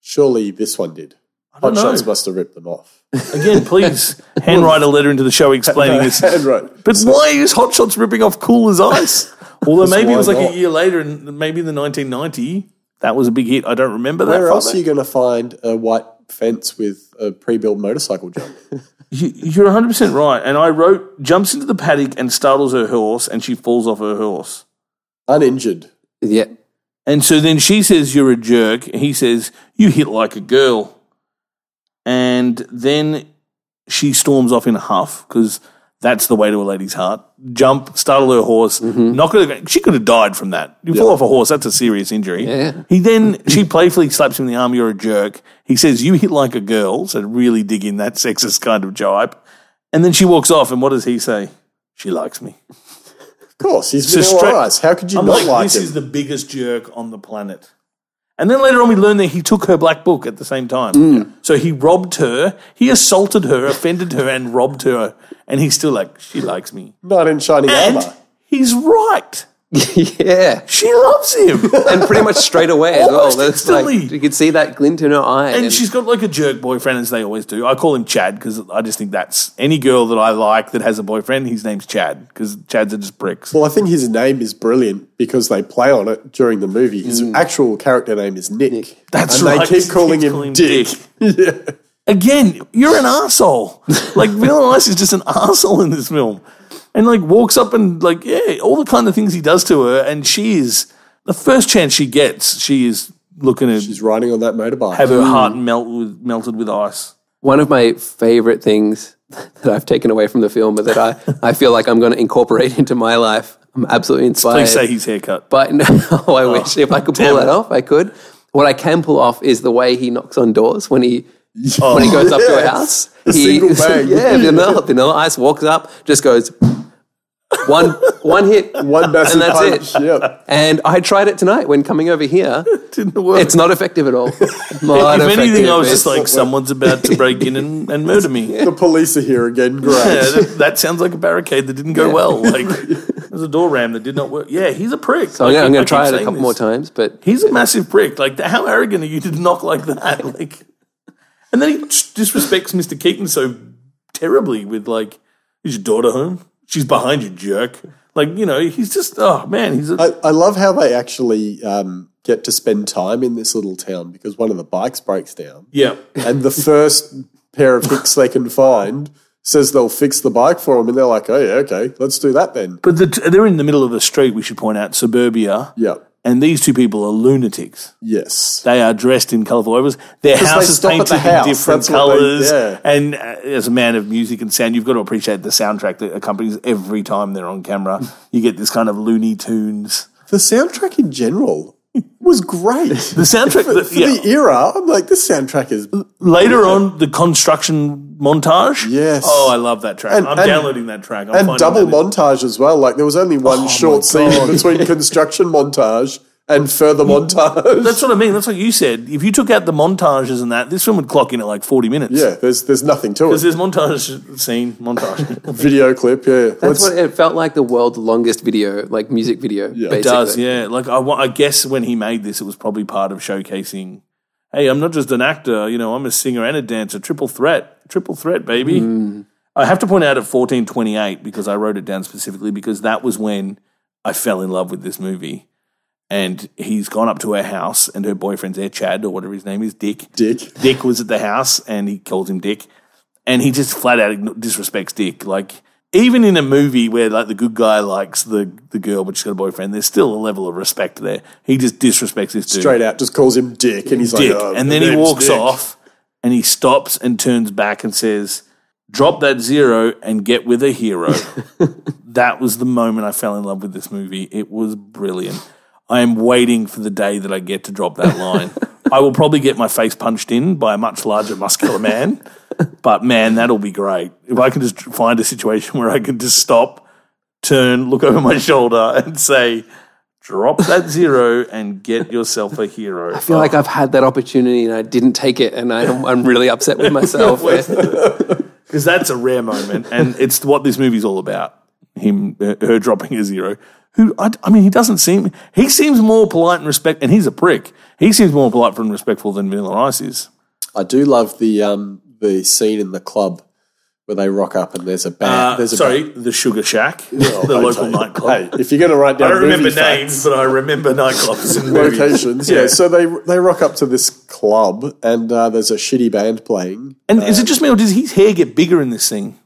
A: Surely this one did.
B: don't
A: Hot Shots
B: know.
A: must have ripped them off. *laughs*
B: Again, please handwrite a letter into the show explaining this.
A: right.
B: But why is Hot Shots ripping off Cool as
A: *laughs*
B: Ice? Although maybe it was
A: why
B: like
A: not?
B: a year later, and maybe in the 1990 that was a big hit. I don't remember that.
A: Where
B: far
A: else
B: back.
A: are you going to find a white fence with a pre-built motorcycle jump?
B: You- You're 100 percent right. And I wrote jumps into the paddock and startles her horse, and she falls off her horse.
A: Uninjured.
C: Yeah.
B: And so then she says, You're a jerk. And he says, You hit like a girl. And then she storms off in a huff because that's the way to a lady's heart. Jump, startle her horse,
C: Mm-hmm.
B: knock her. She could have died from that. You fall off a horse, that's a serious injury.
C: Yeah.
B: He then, *laughs* she playfully slaps him in the arm, You're a jerk. He says, You hit like a girl. So really dig in that sexist kind of jibe. And then she walks off. And what does he say? She likes me.
A: Of course, he's
B: So
A: vanilla
B: straight-
A: ice. How could you
B: I'm
A: not
B: like,
A: like
B: this
A: him?
B: is the biggest jerk on the planet. And then later on, we learn that he took her black book at the same time.
A: Mm.
B: So he robbed her, he assaulted her, offended her, and robbed her. And he's still like, she likes me.
A: Not in shining
B: And
A: armor.
B: he's right.
C: yeah. *laughs*
B: She
A: *laughs*
B: loves him.
C: And pretty much straight away as well.
B: Almost
C: That's like,
B: instantly.
C: you could see that glint in her eye.
B: And she's got like a jerk boyfriend, as they always do. I call him Chad because I just think that's any girl that I like that has a boyfriend, his name's Chad because Chads are just bricks.
A: Well, I think his name is brilliant because they play on it during the movie. His actual character name is Nick.
B: That's
A: and
B: right.
A: They
B: He
A: keep calling
B: keeps
A: him Dick.
B: Again, you're an asshole. Like Vanilla Ice is just an asshole in this film, and like walks up and like yeah, all the kind of things he does to her, and she is the first chance she gets, she is looking to
A: He's riding on that motorbike.
B: have her heart melt with, melted with ice.
C: One of my favorite things *laughs* that I've taken away from the film that I, I feel like I'm going to incorporate *laughs* into my life. I'm absolutely inspired.
B: Please say his
C: *laughs*
B: haircut.
C: But no, I
B: Oh.
C: wish if I could pull that off, I could. What I can pull off is the way he knocks on doors
B: *laughs*
C: when he
B: Oh,
C: when he goes up to a
A: yes.
C: house.
A: The
C: he, *laughs*
A: single bang.
B: *laughs*
C: Yeah, vanilla, vanilla ice walks up, just goes one one
B: *laughs*
A: *laughs*
C: hit,
A: One massive
C: and that's
A: punch.
C: it.
A: Yep.
C: And I tried it tonight when coming over here.
B: *laughs* Didn't work.
C: It's not effective at all. Not
B: *laughs* if anything,
C: effective.
B: I was
C: It's-
B: just
C: *laughs*
B: like, someone's about to break in and, and murder me.
A: *laughs* The police are here again. Great.
B: Yeah, that, that sounds like a barricade that didn't go well. Like there's a door ram that did not work. Yeah, he's a prick.
C: I'm
B: Like,
C: gonna, I'm
B: I
C: gonna
B: keep
C: try it a
B: saying
C: couple
B: this.
C: more times, but
B: He's a massive prick. Like, how arrogant are you to knock like that? Like, and then he disrespects Mr. Keaton so terribly with like, "Is your daughter home? She's behind you, jerk." Like, you know, he's just oh man, he's a,
A: I, I love how they actually um, get to spend time in this little town because one of the bikes breaks down,
B: yeah.
A: and the first pair of hicks they can find says they'll fix the bike for them, and they're like, "Oh yeah, okay, let's do that then."
B: But the, they're in the middle of a street. We should point out suburbia,
A: Yeah.
B: and these two people are lunatics.
A: Yes.
B: They are dressed in colourful overs. Their house is
A: stop at
B: painted
A: the
B: in
A: house.
B: different
A: That's what they-
B: colours.
A: yeah.
B: And uh, as a man of music and sound, you've got to appreciate the soundtrack that accompanies every time they're on camera. you get this kind of Looney Tunes.
A: The soundtrack in general was
B: *laughs*
A: great.
B: The soundtrack, that,
A: For
B: yeah.
A: the era, I'm like, this soundtrack is.
B: Later on, the construction montage.
A: Yes.
B: Oh, I love that track.
A: And-
B: I'm
A: and-
B: downloading that track. I'm
A: And
B: finding
A: double
B: that in- Oh *laughs*
A: montage as well. Like, there was only one short scene between construction montage and further montage.
B: That's what I mean. That's what you said. If you took out the montages and that, this film would clock in at like 40 minutes.
A: yeah, there's there's nothing to
B: Because
A: it.
B: there's montage scene, montage.
A: Video clip, yeah.
C: That's
A: Let's-
C: what it felt like the world's longest video, like music video. Yeah, basically.
B: It does, yeah. Like, I, wa- I guess when he made this, it was probably part of showcasing, hey, I'm not just an actor, you know, I'm a singer and a dancer. Triple threat. Triple threat, baby. I have to point out at 1428, because I wrote it down specifically, because that was when I fell in love with this movie. And he's gone up to her house, and her boyfriend's there, Chad, or whatever his name is, Dick.
A: Dick.
B: Dick was at the house and he calls him Dick, and he just flat out igno- disrespects Dick. Like even in a movie where like the good guy likes the the girl but she's got a boyfriend, there's still a level of respect there. He just disrespects this dude,
A: Straight out, just calls him Dick, and he's
B: Dick,
C: uh,
A: like, oh,
B: and
A: my
B: then he
A: name's
B: walks
A: Dick.
B: off, and he stops and turns back and says, "Drop that zero and get with a
C: *laughs*
B: hero." that was the moment I fell in love with this movie. It was brilliant. I am waiting for the day that I get to drop that
C: *laughs*
B: line. I will probably get my face punched in by a much larger, muscular man, but man, that'll be great. If I can just find a situation where I can just stop, turn, look over my shoulder, and say, drop that zero and get yourself a hero.
C: I feel like I've had that opportunity and I didn't take it, and I'm, I'm really
B: *laughs*
C: upset with myself.
B: because that's a rare moment, and it's what this movie's all about. Him, uh, her dropping a zero. Who I, I mean, he doesn't seem. He seems more polite and respect, and he's a prick. He seems more polite and respectful than Vanilla Ice is.
A: I do love the um the scene in the club where they rock up and there's a band.
B: Uh,
A: there's a
B: sorry, the
A: *laughs*
B: Sugar Shack, the local nightclub.
A: Hey, if you're going to write down
B: I don't
A: movie
B: remember
A: facts-
B: names, but I remember
A: *laughs*
B: nightclubs and movies.
A: locations, yeah. So they they rock up to this club and uh, there's a shitty band playing.
B: And is it just me, or does his hair get bigger in this thing?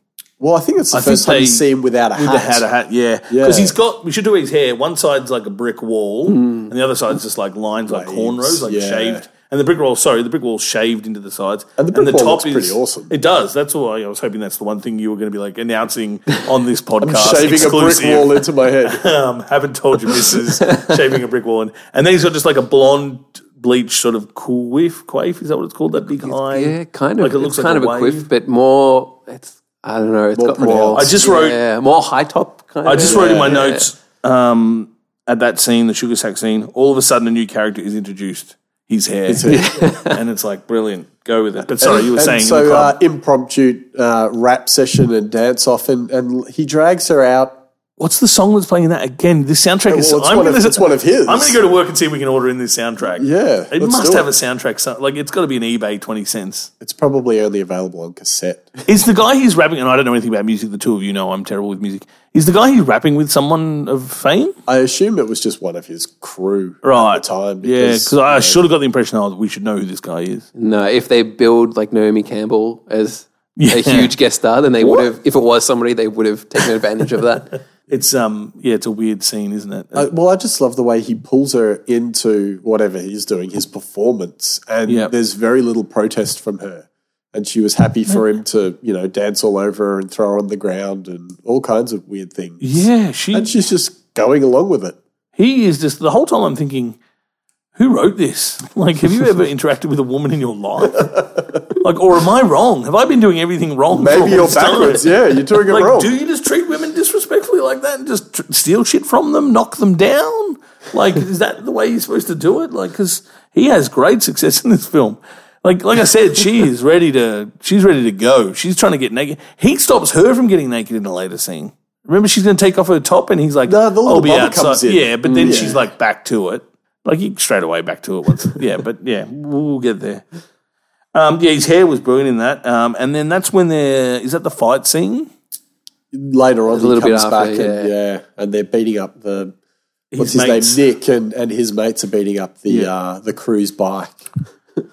A: Well, I think it's the
B: I
A: first
B: think
A: time you
B: they-
A: see him without a
B: With
A: hat.
B: the hat, a hat, yeah. Because
A: Yeah.
B: he's got. We should do his hair. One side's like a brick wall, and the other side's just like lines, like cornrows, like
A: Hmm. yeah.
B: shaved. And the brick wall, sorry, the brick wall's shaved into the sides,
A: And the brick wall looks pretty awesome.
B: It does. That's why I was hoping that's the one thing you were going to be like announcing
A: *laughs*
B: on this podcast.
A: Shaving
B: uh, exclusive.
A: a brick wall into my
B: *laughs*
A: head.
B: Um, haven't told
A: *laughs*
B: you, Mrs. shaving a brick wall, and, and then he's got just like a blonde bleach sort of quiff, quaif. Is that what it's called? That big eye.
C: yeah, kind of.
B: Like it looks
C: it's
B: like
C: kind
B: a
C: of a
B: wave.
C: quiff, but more. It's I don't know. It's got more.
A: pronounced.
B: I just wrote-
C: yeah, more high top. Kind
B: I
C: of.
B: just wrote in my
C: Yeah.
B: notes um, at that scene, the sugar sack scene. All of a sudden, a new character is introduced. His hair, *laughs* and it's like brilliant. Go with it. But sorry, you were
A: and
B: saying in the
A: so
B: club.
A: uh, impromptu uh, rap session and dance off, and, and he drags her out.
B: what's the song that's playing in that again? This soundtrack is.
A: Oh, Well, it's,
B: I'm
A: one
B: gonna,
A: of, it's one of his.
B: I'm going to go to work and see if we can order in this soundtrack.
A: Yeah,
B: it
A: let's
B: must
A: do
B: have
A: it.
B: a soundtrack. so- Like it's got to be an eBay twenty cents.
A: It's probably only available on cassette.
B: Is the guy he's rapping? And I don't know anything about music. The two of you know I'm terrible with music. Is the guy he's rapping with someone of fame?
A: I assume it was just one of his crew
B: Right.
A: at the time.
B: yeah, because I should have got the impression oh, we should know who this guy is.
C: No, if they build like Naomi Campbell as
B: Yeah.
C: a huge guest star, then they would have. If it was somebody, they would have taken advantage
B: *laughs*
C: of that.
B: It's um yeah, it's a weird scene, isn't it?
A: Uh, well, I just love the way he pulls her into whatever he's doing, his performance, and
B: Yep.
A: there's very little protest from her. And she was happy for him to, you know, dance all over her and throw her on the ground and all kinds of weird things.
B: yeah, she
A: And she's just going along with it.
B: he is just the whole time I'm thinking, who wrote this? *laughs* Like, have you ever interacted with a woman in your *laughs* life? like, or am I wrong? Have I been doing everything wrong? for all
A: Maybe you're
B: this time?
A: backwards. Yeah, you're
B: *laughs*
A: doing it
B: Oh, Like,
A: wrong.
B: do you just treat women disrespectfully like that and just tr- steal shit from them, knock them down? Like, is that the way you're supposed to do it? Like, because he has great success in this film. Like, like I said, she is ready to. She's ready to go. She's trying to get naked. He stops her from getting naked in the later scene. Remember, she's going to take off her top, and he's like,
A: No, the little
B: "I'll be
A: bubble
B: outside."
A: comes in. Mm,
B: Yeah, but then she's like back to it. Like he straight away back to it once. yeah, but yeah, we'll get there. Um, yeah, his hair was brilliant in that. Um, and then that's when they're is that the fight scene?
A: Later on, he
C: little bit
A: comes back
C: after,
A: and, yeah, and they're beating up the, what's his,
B: mates.
A: name, Nick, and, and his mates are beating up the, uh, the crew's bike.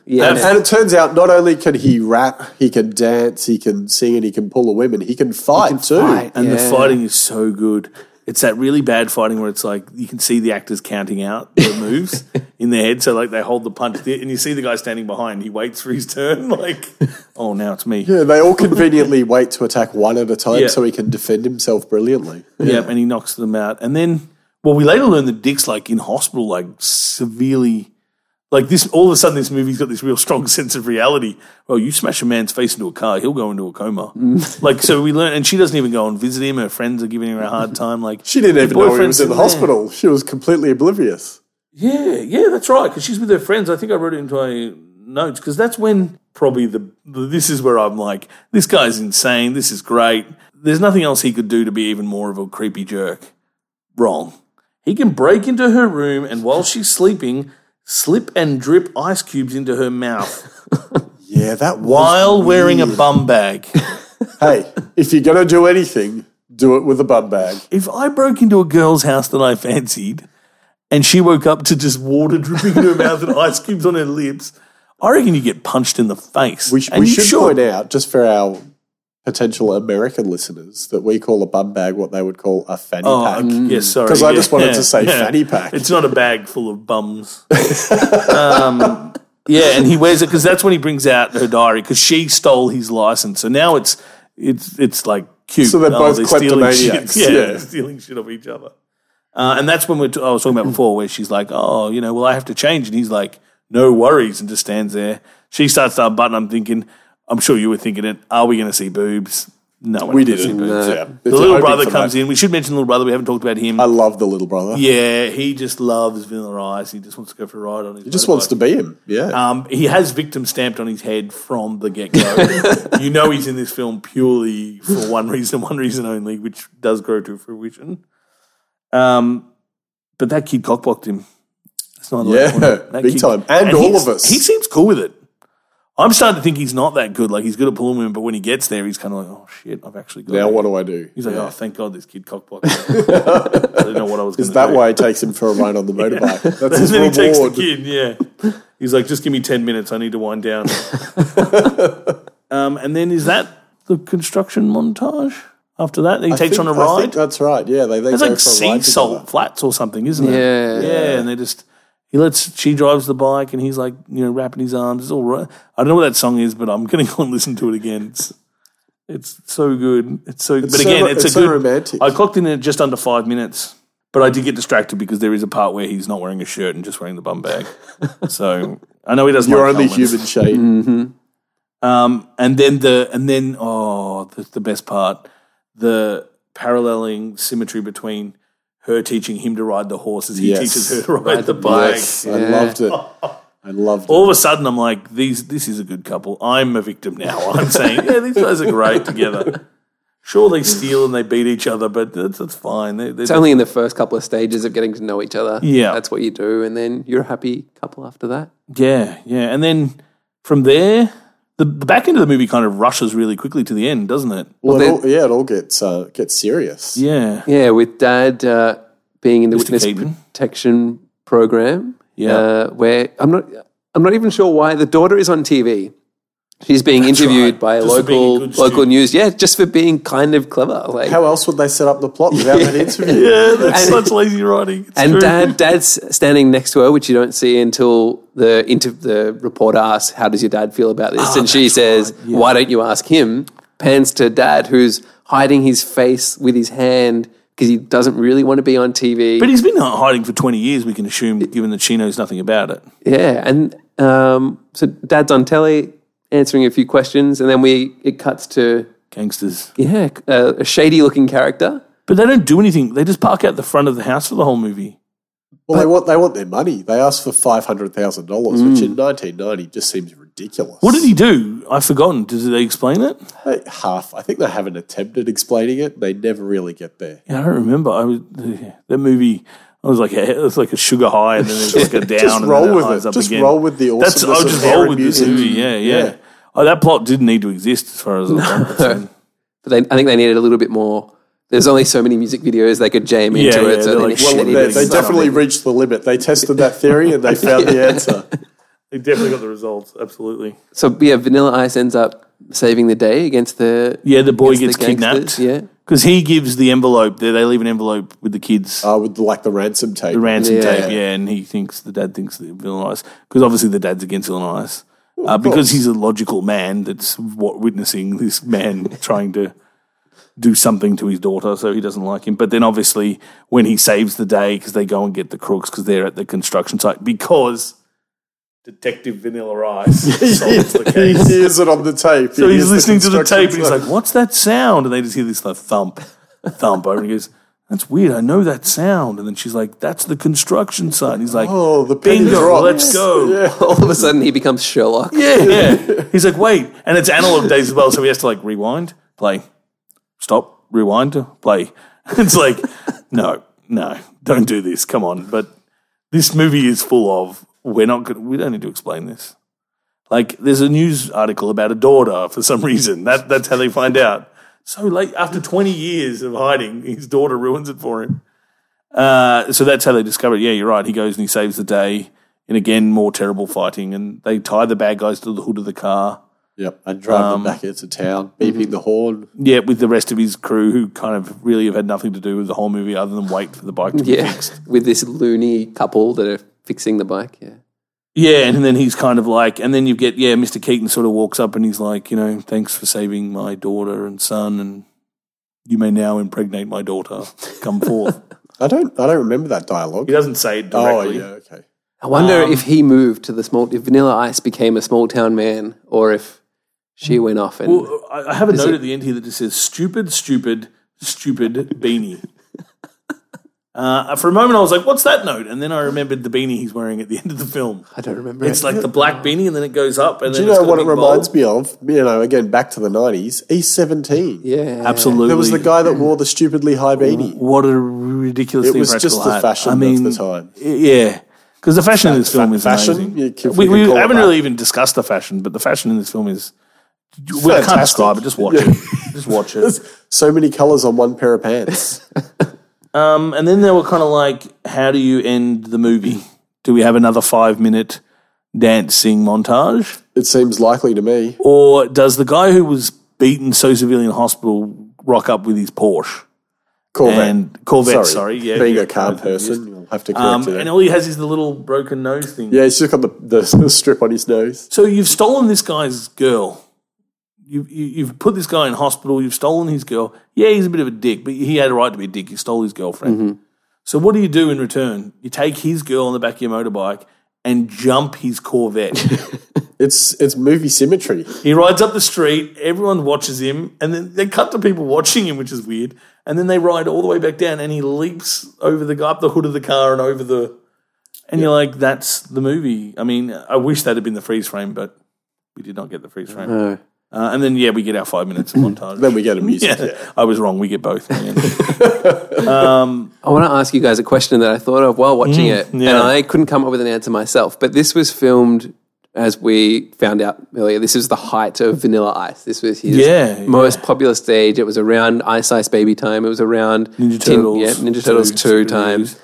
C: Yeah,
B: That's-
A: And it turns out not only can he rap, he can dance, he can sing, and he can pull a women. He can fight too.
C: fight.
B: and the
C: Yeah.
B: fighting is so good. It's that really bad fighting where it's like you can see the actors counting
A: *laughs*
B: out their moves in their head. So like they hold the punch, there, and you see the guy standing behind. He waits for his turn. *laughs* Like, oh, now it's me.
A: Yeah, they all conveniently *laughs* wait to attack one at a time
B: Yeah.
A: so he can defend himself brilliantly.
B: Yep, and he knocks them out. And then, well, we later learn that Dick's like in hospital, like severely, like this. All of a sudden, this movie's got this real strong *laughs* sense of reality. Well, you smash a man's face into a car, he'll go into a coma.
A: Mm.
B: like so, we learn, and she doesn't even go and visit him. Her friends are giving her a hard time. Like
A: *laughs* She didn't
B: her
A: even know he
B: boyfriend's
A: was in the
B: there.
A: hospital. She was completely oblivious.
B: Yeah, yeah, that's right. Because she's with her friends. I think I wrote it into my notes because that's when probably the, the this is where I'm like, this guy's insane. This is great. There's nothing else he could do to be even more of a creepy jerk. Wrong. He can break into her room and while she's sleeping, slip and drip ice cubes into her mouth *laughs*
A: Yeah, that was.
B: while wearing a bum bag.
A: Hey, if you're going to do anything, do it with a bum bag.
B: if I broke into a girl's house that I fancied and she woke up to just water dripping into her mouth and *laughs* ice cubes on her lips, I reckon you get punched in the face.
A: We, sh-
B: And
A: we
B: you
A: should point out, just for our potential American listeners, that we call a bum bag what they would call a fanny
B: Oh,
A: pack.
B: okay. yeah,
A: Mm.
B: sorry.
A: 'Cause I
B: Yeah,
A: just wanted
B: yeah,
A: to say
B: yeah.
A: fanny pack.
B: It's not a bag full
A: *laughs*
B: of bums. um, yeah, and he wears it because that's when he brings out her diary because she stole his license. So now it's it's it's like cute. Oh,
A: So they're both
B: stealing shit. *laughs*
A: kleptomaniacs,
B: Yeah,
A: yeah.
B: they're stealing shit off each other. Uh, and that's when we're t- I was talking about before, where she's like, "Oh, you know, well, I have to change," and he's like, "No worries," and just stands there. She starts to unbutton. I'm thinking, I'm sure you were thinking it. Are we going to see boobs? No, we're
A: We
B: not gonna see
A: didn't.
B: boobs.
A: yeah.
B: The little brother comes in. We should mention the little brother. We haven't talked about him.
A: I love the little brother.
B: yeah, he just loves vanilla ice. He just wants to go for a ride on his.
A: He just wants to be him. Yeah.
B: Um, he has victim stamped on his head from the
A: *laughs*
B: get go. you know he's in this film purely for one reason, one reason only, which does grow to fruition. Um, but that kid cockblocked him. That's not
A: Yeah, big time. And all of us.
B: He seems cool with it. I'm starting to think he's not that good. Like he's good at pulling women, but when he gets there, he's kind of like, "Oh shit, I've actually got."
A: now
B: it."
A: what do I do?
B: He's like, oh, thank God this kid cockblocked. *laughs* I didn't know what I was going to do.
A: That
B: *laughs*
A: way he takes him for a ride on the motorbike. That's his
B: And then he takes the
A: reward.
B: kid, yeah. He's like, just give me 10 minutes. I need to
A: *laughs*
B: wind down. um, and then is that the construction montage? After that, he takes on a
A: I think- I think
B: ride.
A: that's right. Yeah, they, they
B: It's
A: go
B: like
A: for a
B: sea
A: ride
B: salt
A: together.
B: flats or something, isn't it?
C: Yeah.
B: Yeah. And they just, he lets, she drives the bike and he's like, you know, wrapping his arms. It's all right. I don't know what that song is, but I'm going to *laughs* go and listen to it again. It's, it's so good. It's so, but
A: so
B: again,
A: ro-
B: it's,
A: it's
B: a
A: so
B: good.
A: romantic.
B: I clocked in at just under five minutes, but I did get distracted because there is a part where he's not wearing a shirt and just wearing the bum
A: *laughs*
B: bag. so I know he doesn't.
A: You're
B: like
A: only
B: helmets.
A: human,
B: Mm.
A: Shane.
B: Um, and then the and then oh, the, the best part, the paralleling symmetry between her teaching him to ride the horse as he
A: Yes.
B: teaches her to ride, the bike.
A: Yes, I loved it. I loved it.
B: All of a sudden, I'm like, these. This is a good couple. I'm a victim now. *laughs* I'm saying, yeah, these guys are great together. Sure, they steal and they beat each other, but that's, that's fine. They,
C: It's only in the first couple of stages of getting to know each other.
B: Yeah.
C: That's what you do. And then you're a happy couple after that.
B: Yeah, yeah. And then from there, the, the back end of the movie kind of rushes really quickly to the end, doesn't it?
A: Well, it all, yeah, it all gets uh, gets serious.
B: Yeah.
C: Yeah, with dad uh, being in the witness
B: Caton.
C: protection program.
B: Yeah.
C: uh, where I'm not, I'm not even sure why the daughter is on TV. She's being interviewed
B: right.
C: by a
B: Just for being a
C: local
B: good
C: local
B: student.
C: news. Yeah, just for being kind of clever. Like,
A: How else would they set up the plot without that interview?
B: *laughs* Yeah, that's such lazy writing. It's
C: and
B: true.
C: dad, dad's standing next to her, which you don't see until the inter- the reporter asks, "How does your dad feel about this?"
B: Oh,
C: and she says, "Why don't you ask him?" Pans to dad, who's hiding his face with his hand because he doesn't really want to be on TV.
B: But he's been hiding for 20 years, we can assume, given that she knows nothing about it.
C: Yeah, and um, so Dad's on telly answering a few questions, and then we it cuts to
B: Gangsters.
C: yeah a, a shady looking character.
B: But they don't do anything. They just park out the front of the house for the whole movie.
A: Well, they want they want their money. They asked for five hundred thousand dollars, which in nineteen ninety just seems ridiculous.
B: Mm. What did he do? I've forgotten. Did they explain it?
A: They- half? I think they have an attempt at explaining it. They never really get there.
B: Yeah, I don't remember. I was that movie. I was like, *laughs* a, it was like a sugar high, and then it just go
A: *laughs*
B: down.
A: Just
B: and
A: roll
B: then
A: with
B: highs
A: it.
B: Up
A: Just
B: again.
A: roll with the
B: That's
A: awesomeness
B: I'll
A: of
B: just
A: hair
B: roll
A: and
B: with this
A: music.
B: movie. Yeah, yeah.
A: Yeah.
B: Oh, that plot didn't need to exist as far as
A: *laughs*
B: I'm concerned.
C: *laughs* But they, I think they needed a little bit more. There's only so many music videos they could jam
B: Yeah,
C: into
B: yeah,
C: it. So
B: they're
C: they,
B: like,
C: needed-
B: well,
C: they
A: They,
C: needed
A: they
C: something.
A: definitely reached the limit. They tested that theory and they found
B: *laughs*
A: the answer.
B: They definitely got the results. Absolutely.
C: so yeah, Vanilla Ice ends up saving the day against the
B: Yeah, the boy gets
C: against the
B: kidnapped.
C: gangsters, Yeah,
B: because he gives the envelope. They they leave an envelope with the kids.
A: Uh, with like the ransom tape. *laughs*
B: the ransom
C: Yeah.
B: tape, yeah, and he thinks the dad thinks that Illinois because obviously the dad's against Illinois uh, because he's a logical man. That's what witnessing this man *laughs* trying to do something to his daughter, so he doesn't like him. But then obviously when he saves the day because they go and get the crooks because they're at the construction site because Detective Vanilla Ice *laughs*
A: *laughs*
B: solves the
A: he
B: case.
A: hears it on the tape.
B: So he's listening to the tape and he's like, "What's that sound?" And they just hear this like thump, thump. Over and he goes, that's weird. I know that sound. And then she's like, that's the construction site. And he's like,
A: Oh, the penny
B: bingo,
A: dropped.
B: let's go.
C: *laughs* All of a sudden, he becomes *laughs* Sherlock.
B: Yeah, yeah. He's like, wait, and it's analog days as well, so he has to like rewind, play, stop, rewind, play. *laughs* It's like, no, no, don't do this. Come on, but this movie is full of. We're not good. We don't need to explain this. Like, there's a news article about a daughter for some reason. That that's how they find out. So late after 20 years of hiding, his daughter ruins it for him. Uh, so that's how they discover it. Yeah, you're right. He goes and he saves the day. And again, more terrible fighting. And they tie the bad guys to the hood of the car.
A: Yep. And drive
B: Um,
A: them back into town, beeping
B: mm-hmm.
A: the horn.
B: Yeah, with the rest of his crew who kind of really have had nothing to do with the whole movie other than wait for the bike to be
C: Yeah, with this loony couple that are fixing the bike. Yeah,
B: Yeah, and then he's kind of like, and then you get, yeah, Mr. Keaton sort of walks up and he's like, you know, thanks for saving my daughter and son, and you may now impregnate my daughter. Come forth.
A: I don't. I don't remember that dialogue.
B: *laughs* he doesn't say it
A: Oh
B: directly.
A: yeah. Okay.
C: I wonder if he moved to the small, if Vanilla Ice became a small town man, or if she went off and
B: Well, I I have a note at the end here that just says "stupid, stupid, stupid
A: *laughs*
B: beanie." Uh, for a moment, I was like, "What's that note?" And then I remembered the beanie he's wearing at the end of the film.
C: I don't remember.
B: It's
C: it.
B: like the black beanie, and then it goes up. And
A: Do you know what it reminds me of? You know, again, back to the nineties. He's seventeen.
C: yeah,
B: Absolutely,
A: There was the guy that
B: Mm.
A: wore the stupidly high beanie.
B: What a
A: It
B: ridiculously
A: was
B: practical
A: just the
B: hat.
A: fashion
B: I mean,
A: of the time.
B: y- Yeah, because the fashion in this film
A: fa-
B: is
A: fashion?
B: amazing.
A: Yeah, if we
B: we
A: can
B: we
A: call it
B: haven't
A: that.
B: really even discussed the fashion, but the fashion in this film is. We I can't
A: Fantastic.
B: describe it. Just watch it.
A: *laughs*
B: Just watch it.
A: So many colors on one pair of
B: *laughs*
A: pants.
B: Um, and then they were kind of like, how do you end the movie? Do we have another five minute dancing montage?
A: it seems likely to me.
B: Or does the guy who was beaten so severely in hospital rock up with his Porsche
A: Corvette.
B: and Corvette? Sorry, yeah,
A: Being
B: yeah,
A: a car
B: kind of confused.
A: person, you'll have to correct
B: Um,
A: it.
B: and all he has is the little broken nose thing.
A: yeah, he's just got the, the, *laughs* the strip on his nose.
B: So you've stolen this guy's girl. You, you, you've put this guy in hospital. You've stolen his girl. Yeah, he's a bit of a dick, but he had a right to be a dick. You stole his girlfriend. So what do you do in return? You take his girl on the back of your motorbike and jump his Corvette.
A: It's it's movie symmetry.
B: he rides up the street. Everyone watches him, and then they cut to people watching him, which is weird. And then they ride all the way back down, and he leaps over the up the hood of the car and over the. And you're like, that's the movie. I mean, I wish that had been the freeze frame, but we did not get the freeze frame.
C: No.
B: Uh, and then yeah, we get our five minutes of montage.
A: Then we get a music.
B: yeah,
A: yeah.
B: I was wrong. We get both. in the end.
C: I want to ask you guys a question that I thought of while watching it, and
B: yeah.
C: I couldn't come up with an answer myself. But this was filmed, as we found out earlier, this is the height of Vanilla Ice. This was his
B: Yeah,
C: most popular stage. It was around Ice Ice Baby time. It was around
B: Ninja
C: Teen-
B: Turtles,
C: yeah, Ninja Turtles
B: two,
C: two times.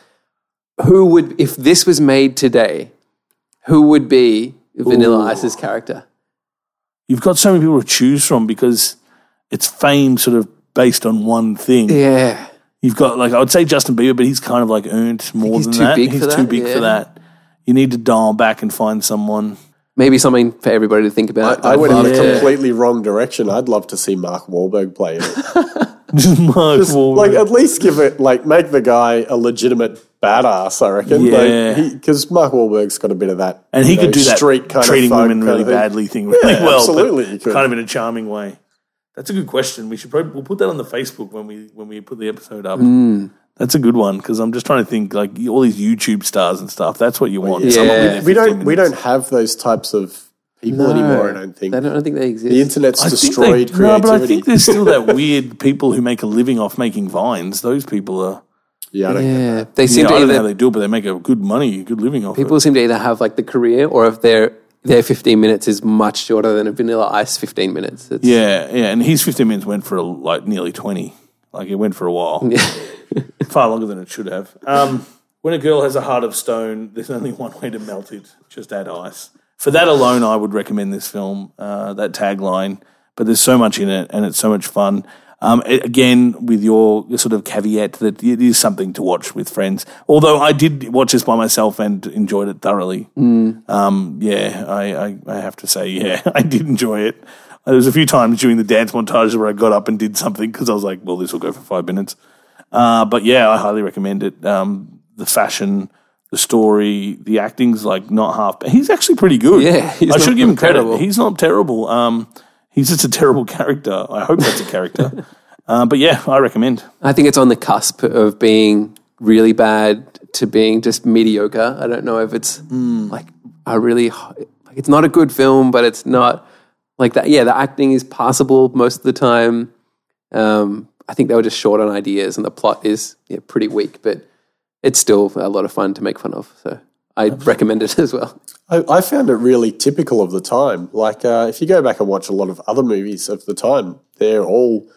C: Who would, if this was made today, who would be Vanilla Ice's character?
B: You've got so many people to choose from because it's fame sort of based on one thing.
C: Yeah,
B: You've got like I would say Justin Bieber, but he's kind of like earned more
C: he's
B: than
C: too
B: that.
C: big
B: he's
C: for
B: too
C: that,
B: big
C: yeah.
B: for that. You need to dial back and find someone. *laughs*
C: maybe something for everybody to think about.
A: I went in
C: love
A: a
C: to-
A: completely wrong direction. I'd love to see Mark Wahlberg
B: *laughs*
A: play it.
B: Just Mark Wahlberg.
A: Like, at least give it, like, make the guy a legitimate badass, I reckon.
B: Yeah.
A: Because Mark Wahlberg's got a bit of that.
B: and he
A: you
B: could
A: know,
B: do that
A: street kind
B: treating
A: of folk
B: women
A: kind
B: really
A: of thing.
B: badly thing really
A: Yeah,
B: *laughs* well,
A: absolutely, you
B: but
A: could.
B: kind of in a charming way. That's a good question. We should probably we'll put that on the Facebook when we when we put the episode up.
A: Hmm.
B: That's a good one because I'm just trying to think like all these YouTube stars and stuff. That's what you want. Someone
C: Yeah.
B: with their
A: We
B: 15
A: don't, we
B: minutes.
A: don't have those types of people
C: No,
A: anymore, I don't think.
C: I don't think they exist.
A: the internet's
B: I think
A: destroyed
B: they, no, but I
A: creativity.
B: think there's
A: *laughs*
B: still that weird people who make a living off making vines. Those people are.
A: yeah, I don't get
C: yeah, they
B: Yeah,
C: seem
B: I don't
C: to
B: know how
C: either
B: they do it, but they make a good money, a good living off
C: people seem to either have like the career or if their their 15 minutes is much shorter than a vanilla ice 15 minutes it's,
B: it. Yeah, yeah. And his 15 minutes went for like nearly 20. Like it went for a while. Far longer than it should have. Um, when a girl has a heart of stone, there's only *laughs* one way to melt it just add ice. For that alone, I would recommend this film, uh, that tagline. But there's so much in it and it's so much fun. Um, a- again, with your your sort of caveat that it is something to watch with friends. Although I did watch this by myself and enjoyed it thoroughly. Um, yeah, I, I, I have to say, yeah, *laughs* I did enjoy it. There was a few times during the dance montages where I got up and did something because I was like, well, this will go for five minutes. Uh, but yeah, I highly recommend it. Um, the fashion, the story, the acting's like not half. But he's actually pretty good.
C: Yeah, he's
B: I
C: not
B: should give him
C: terrible.
B: *laughs*
C: *laughs*
B: credit. He's not terrible. Um, he's just a terrible character. I hope that's a character. Uh, but yeah, I recommend.
C: I think it's on the cusp of being really bad to being just mediocre. I don't know if it's
B: Hmm.
C: like a really h- like it's not a good film, but it's not like that. Yeah, the acting is passable most of the time. Um, I think they were just short on ideas, and the plot is yeah, pretty weak, but it's still a lot of fun to make fun of. So I recommend it *laughs* as well.
A: I, I found it really typical of the time. Like, uh, if you go back and watch a lot of other movies of the time, they're all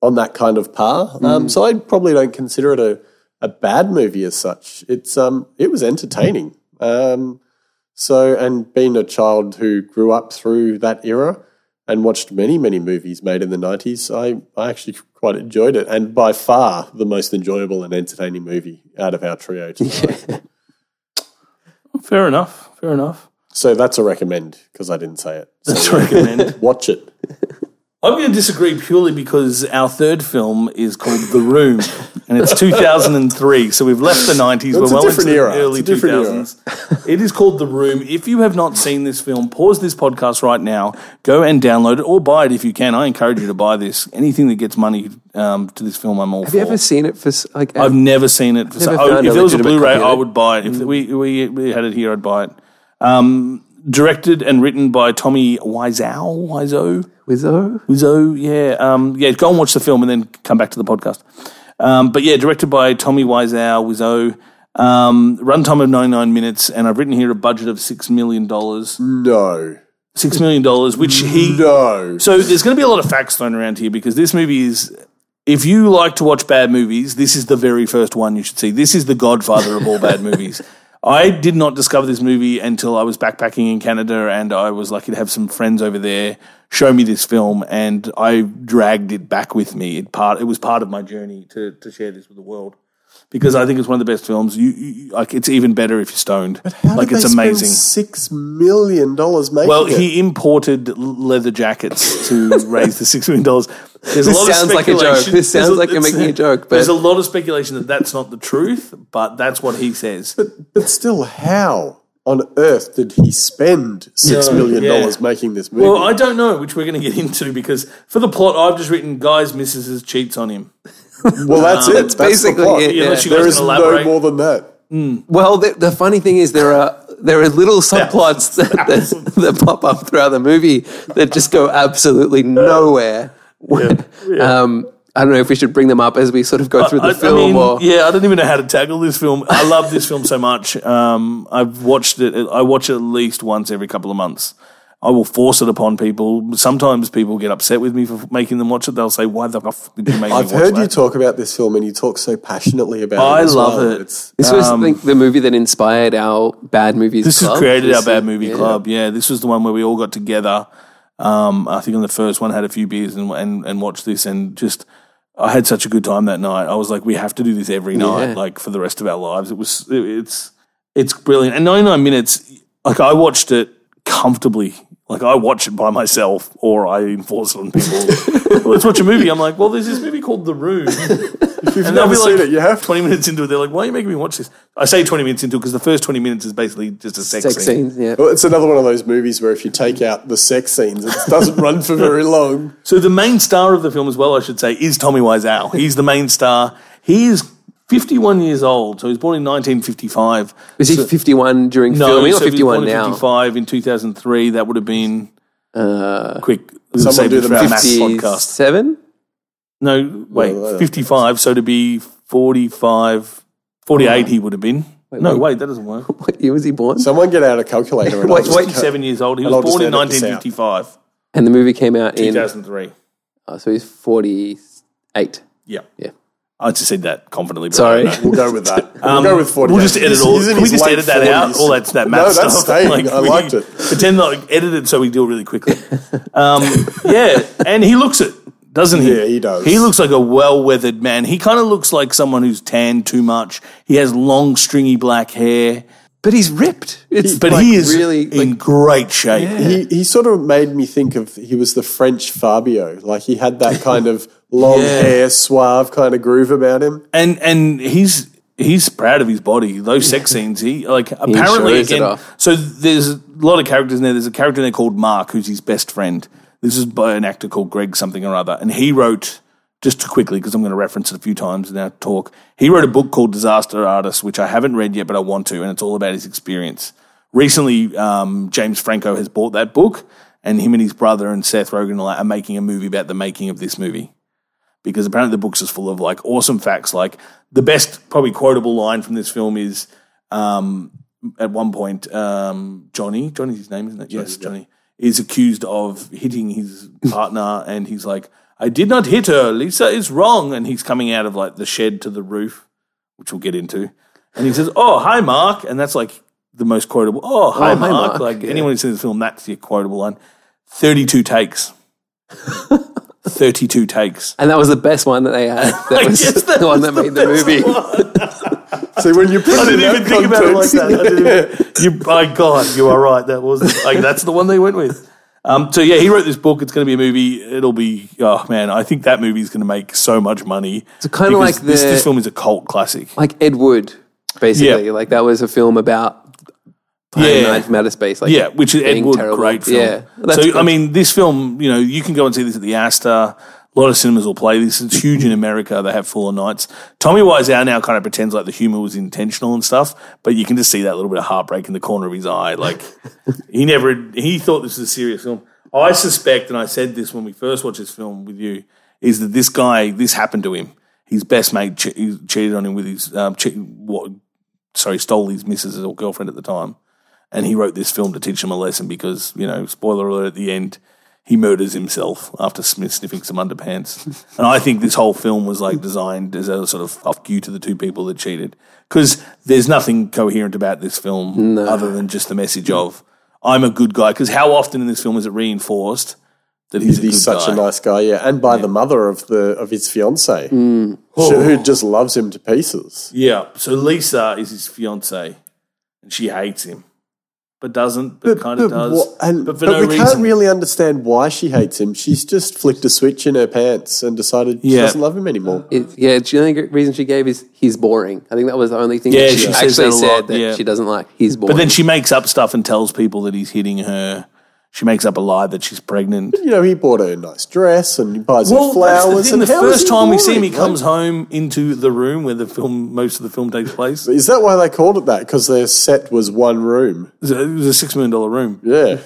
A: on that kind of par. Um, so I probably don't consider it a, a bad movie as such. It's um, it was entertaining. Um, so, and being a child who grew up through that era and watched many, many movies made in the 90s, I, I actually quite enjoyed it. And by far the most enjoyable and entertaining movie out of our trio. tonight.
B: Fair enough. Fair
C: *laughs*
B: enough.
A: So that's a recommend because I didn't say it. So
B: That's recommend.
A: watch it.
B: I'm going to disagree purely because our third film is called The Room, and it's 2003. So we've left the 90s.
A: It's
B: We're
A: a
B: well into
A: different
B: the
A: era. It's
B: early
A: a different
B: 2000s. It is called The Room. If you have not seen this film, pause this podcast right now. Go and download it or buy it if you can. I encourage you to buy this. Anything that gets money um, to this film, I'm all
C: Have
B: for.
C: you ever seen it for s- like?
B: I've never seen it. For so,
C: never
B: oh,
C: found
B: if
C: a
B: there was a
C: legitimate
B: Blu-ray,
C: copy of
B: I
C: it. Mm.
B: would buy it. If we, we we had it here, I'd buy it. Um, directed and written by Tommy Wiseau. Wiseau.
C: Wizzo?
B: Wiseau. Yeah. Um, yeah. Go and watch the film and then come back to the podcast. Um, but yeah, directed by Tommy Wiseau. Wiseau. Um, runtime of 99 minutes, and I've written here a budget of six million dollars.
A: No.
B: Six million dollars, which he
A: No.
B: so there's going to be a lot of facts thrown around here because this movie is. If you like to watch bad movies, this is the very first one you should see. This is the godfather of all
A: *laughs*
B: bad movies. I did not discover this movie until I was backpacking in Canada and I was lucky to have some friends over there show me this film and I dragged it back with me. It part it was part of my journey to to share this with the world because I think it's one of the best films. You, you like it's even better if you're stoned. like
A: Did
B: it's
A: they spend
B: amazing.
A: Six million dollars making
B: Well,
A: it?
B: he imported l- leather jackets
C: *laughs*
B: to raise the six million dollars. There's
C: This sounds like a joke. This sounds like you're making a joke, but-
B: there's a lot of speculation that that's not the truth, but that's what he says.
A: but still, how on earth did he spend six
B: No,
A: million
B: yeah.
A: dollars making this movie?
B: Well, I don't know, which we're going to get into because for the plot, I've just written guys, misses cheats on him.
A: well, that's it. That's
C: basically
A: the plot.
C: it, yeah.
B: unless you guys
A: There
B: can
A: is no
B: elaborate.
A: more than that.
C: Well, the, the funny thing is there are there are little subplots that, that, that pop up throughout the movie that just go absolutely nowhere. Um, I don't know if we should bring them up as we sort of go through the
B: Uh, I- I
C: film
B: mean,
C: or
B: yeah, I don't even know how to tackle this film. I love this film so much. Um, I've watched it. I watch it at least once every couple of months. I will force it upon people. Sometimes people get upset with me for making them watch it. They'll say, "Why the fuck did you make
A: I've
B: me watch
A: heard
B: that?"
A: you talk about this film, and you talk so passionately about it.
B: I
A: as
B: love
A: well.
B: it.
A: It's,
C: this was like, the movie that inspired our bad movies.
B: um, This
C: club.
B: has created
C: This
B: our bad
C: is-
B: movie
C: yeah.
B: club. Yeah, this was the one where we all got together. Um, I think on the first one, had a few beers and, and and watched this, and just I had such a good time that night. I was like, we have to do this every night,
C: Yeah.
B: like for the rest of our lives. It was it, it's it's brilliant. And ninety nine minutes, like I watched it comfortably. Like I watch it by myself, or I enforce it on
A: *laughs*
B: people. Let's watch a movie. I'm like, well, there's this movie called The Room.
A: you've
B: They'll
A: never
B: be
A: seen it. You have to.
B: 20 minutes into it. They're like, why are you making me watch this? I say 20 minutes into it because the first 20 minutes is basically just a sex,
C: Sex
B: scene.
C: scenes, yeah.
A: Well, it's another one of those movies where if you take out the sex scenes, it doesn't run for very long.
B: So the main star of the film as well, I should say, is Tommy Wiseau. He's the main star. He is 51 years old. So he was born in 1955.
C: Was he 51 during filming or
B: so if he was born
C: 51
B: in
C: now?
B: 55 in 2003. That would have been
C: Uh,
B: quick.
A: someone do the
B: math
A: maths.
B: podcast.
C: 57?
B: No, wait,
A: Well, uh,
B: 55. So to be 45, 48 he would have been. no,
C: wait.
B: wait, that doesn't work.
C: What year was he born?
A: Someone get out a calculator. And I'll
C: Wait,
A: just
C: wait.
A: cut-
B: 57 years old. He
A: I'll
B: was
A: just
B: born in
A: edit this out.
B: 1955,
C: and the movie came out in.
B: 2003.
C: Oh, so he's 48.
B: Yeah.
C: Yeah.
B: I just said that confidently. but
C: Sorry.
B: I don't
A: *laughs*
B: know.
A: We'll go with that. we'll
B: Um,
A: go with 40.
B: We'll just edit all. Can we just edit that out? All
A: that's
B: that's that math
A: No, that's
B: stuff. *laughs*
A: staying. I
B: we
A: liked it.
B: Pretend like edit it so we do it
A: *laughs*
B: really quickly. Um, yeah, and he looks it, doesn't he?
A: Yeah, he does.
B: He looks like a well-weathered man. He kind of looks like someone who's tanned too much. He has long, stringy black hair,
C: But he's ripped. It's
B: but
C: like
B: he is
C: really like,
B: in great shape.
A: He, he sort of made me think of he was the French Fabio. Like he had that kind of long
B: Yeah.
A: hair, suave kind of groove about him.
B: and and he's he's proud of his body. Those sex scenes, he like apparently
C: shows it
B: again.
C: off.
B: So there's a lot of characters in there. There's a character in there called Mark, who's his best friend. This is by an actor called Greg something or other, and he wrote just quickly because I'm going to reference it a few times in our talk. He wrote a book called Disaster Artist, which I haven't read yet, but I want to, and it's all about his experience. Recently, um, James Franco has bought that book, and him and his brother and Seth Rogen are are making a movie about the making of this movie because apparently the books is full of like awesome facts. Like the best probably quotable line from this film is um, at one point um, Johnny, Johnny's his name, isn't it? yes, Johnny is accused of hitting his partner, and he's like, "I did not hit her. Lisa is wrong." And he's coming out of like the shed to the roof, which we'll get into, and he says, "Oh, hi, Mark," and that's like the most quotable. Oh, hi,
C: hi,
B: Mark.
C: Mark,
B: Like
C: yeah.
B: anyone who's seen this film, that's the quotable line. Thirty-two takes. *laughs* Thirty-two takes.
C: And that was the best one that they had.
B: *laughs*
C: That was
B: guess that
C: the one
B: was
C: that made the movie.
A: *laughs* So when you put
B: I
A: it in
B: didn't
A: that
B: even think about it like
A: context-
B: that. I didn't even- you, by God, you are right. That was like that's the one they went with. Um, so yeah, he wrote this book. It's going to be a movie. It'll be oh man, I think that movie is going to make so much money. It's
C: kinda like
B: this,
C: the-
B: this film is a cult classic.
C: Like Ed Wood, basically.
B: Yeah.
C: Like that was a film about
B: Yeah.
C: yeah. from outer space. Like
B: Yeah, which is Ed
C: being
B: Wood,
C: terrible.
B: great film.
C: Yeah, that's
B: so I
C: good.
B: mean, this film, you know, you can go and see this at the Astor. A lot of cinemas will play this. It's huge in America. They have fuller nights. Tommy Wiseau now kind of pretends like the humor was intentional and stuff, but you can just see that little bit of heartbreak in the corner of his eye. Like he never he thought this was a serious film. I suspect, and I said this when we first watched this film with you, is that this guy this happened to him. His best mate che- he cheated on him with his um, che- what? Sorry, stole his missus or girlfriend at the time and he wrote this film to teach him a lesson because you know spoiler alert at the end he murders himself after sm- sniffing some
A: *laughs*
B: underpants and i think this whole film was like designed as a sort of fuck you to the two people that cheated because there's nothing coherent about this film other than just the message of i'm a good guy because how often in this film is it reinforced that he's, a good
A: He's such
B: guy?
A: a nice guy, yeah, and by the mother of the of his fiance,
B: Oh.
A: who, who just loves him to pieces.
B: yeah so lisa is his fiance and she hates him but doesn't but, kind of does
A: Wha- and,
B: but
A: but
B: for no
A: we
B: reason
A: can't really understand why she hates him. She's just flicked a switch in her pants and decided she
B: Yeah.
A: doesn't love him anymore.
C: It, yeah, the only reason she gave is he's boring. I think that was the only thing
B: Yeah,
C: that she,
B: she says
C: actually
B: that a
C: said
B: lot,
C: that
B: yeah.
C: she doesn't like. He's boring.
B: But then she makes up stuff and tells people that he's hitting her. She makes up a lie that she's pregnant.
A: You know, he bought her a nice dress and he buys her flowers.
B: that's the, thing.
A: and
B: the
A: how is
B: first
A: he
B: time we
A: boring?
B: see him, he comes home into the room where the film, most of the film takes place. It
A: Is that why they called it that? Because their set was one room.
B: was a, it was a six million dollar room.
A: *laughs* Yeah,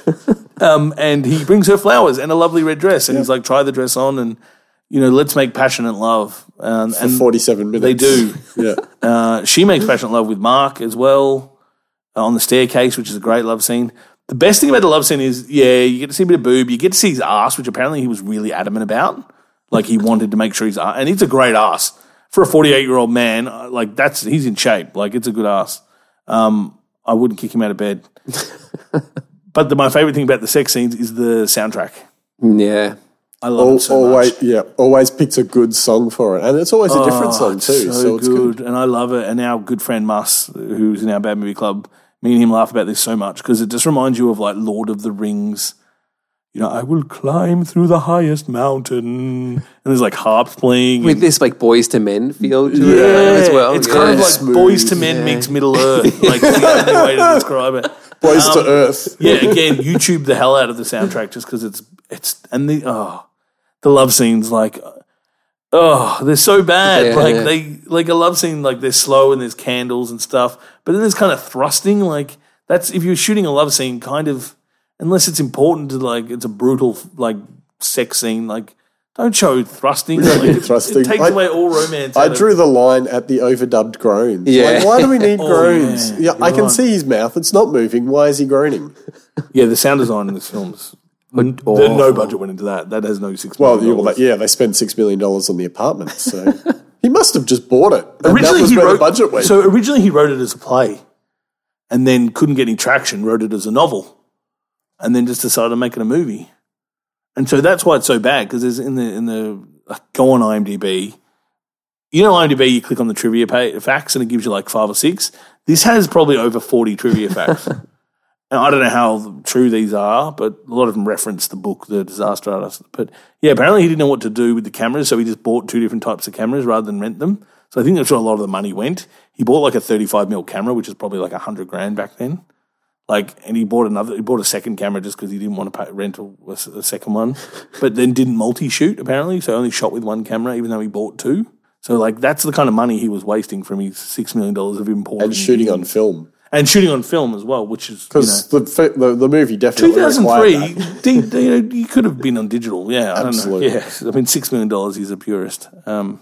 B: Um, and he brings her flowers and a lovely red dress, and he's like, "Try the dress on, and you know, let's make passionate love." Um, and
A: forty-seven minutes.
B: they do.
A: *laughs*
B: *laughs*
A: Yeah,
B: Uh, she makes passionate love with Mark as well uh, on the staircase, which is a great love scene. The best thing about the love scene is, yeah, you get to see a bit of boob, you get to see his ass, which apparently he was really adamant about. Like he wanted to make sure his ass, and it's a great ass for a forty-eight-year-old man. uh, Like that's he's in shape. Like it's a good ass. Um, I wouldn't kick him out of bed. but the, my favorite thing about the sex scenes is the soundtrack.
C: yeah.
B: I love it so much. Ah,
A: always, yeah, always picks a good song for it, and it's always a different song too.
B: so, good. and I love it. And our good friend Mus, who's in our bad movie club, me and him laugh about this so much because it just reminds you of like Lord of the Rings. You know, I will climb through the highest mountain, and there's like harps playing.
C: With
B: and-
C: this like boys to men feel to it as well.
B: it's
C: yeah.
B: kind of like
A: Smooth,
B: Boys to Men meets Middle Earth.
C: *laughs*
B: Like that's the only way to describe it.
A: Boys
B: Um,
A: to Earth.
B: Yeah, again, YouTube the hell out of the soundtrack just because it's it's and the oh the love scenes like oh they're so bad
C: Yeah,
B: like
C: yeah.
B: they like a love scene like they're slow and there's candles and stuff but then there's kind of thrusting like that's if you're shooting a love scene kind of unless it's important to like it's a brutal like sex scene like don't show thrusting like, it-
A: Thrusting.
B: it takes
A: I-
B: away all romance
A: I
B: out of-
A: drew the line at the overdubbed groans. Yeah.
C: Yeah.
A: why do we need
B: *laughs* Oh,
A: groans?
B: yeah.
A: Yeah, I
B: You're
A: can
B: right.
A: see his mouth. It's not moving. Why is he groaning?
B: yeah the sound design in this film's
C: oh,
B: the, no budget went into that that has no six
A: Well,
B: million
A: you, well
B: dollars.
A: yeah, they spent $6 million on the apartment. So *laughs* he must have just bought it. And
B: originally
A: that was
B: he
A: where
B: wrote
A: the budget went.
B: So originally he wrote it as a play, and then couldn't get any traction. Wrote it as a novel, and then just decided to make it a movie. And so that's why it's so bad because there's in the in the go on IMDb. You know IMDb, you click on the trivia pa facts and it gives you like five or six. This has probably over forty trivia
A: *laughs*
B: facts. and I don't know how true these are, but a lot of them reference the book, The Disaster Artist. But yeah, apparently he didn't know what to do with the cameras, so he just bought two different types of cameras rather than rent them. So I think that's where a lot of the money went. He bought like a 35 mil camera, which is probably like 100 grand back then Like, and he bought another, he bought a second camera just because he didn't want to pay, rent a, a s- a
A: *laughs*
B: second one, but then didn't multi shoot apparently. So only shot with one camera, even though he bought two. So, like, that's the kind of money he was wasting from his $6 million of import
A: and shooting on film
B: and shooting on film as well, which is, you know.
A: because the, fi- the the movie definitely required
B: *laughs* 2003, D, D- you know, you could have been on digital. Yeah, I
A: Absolutely.
B: Don't know. Yeah, I mean, six million dollars. He's a purist. Um,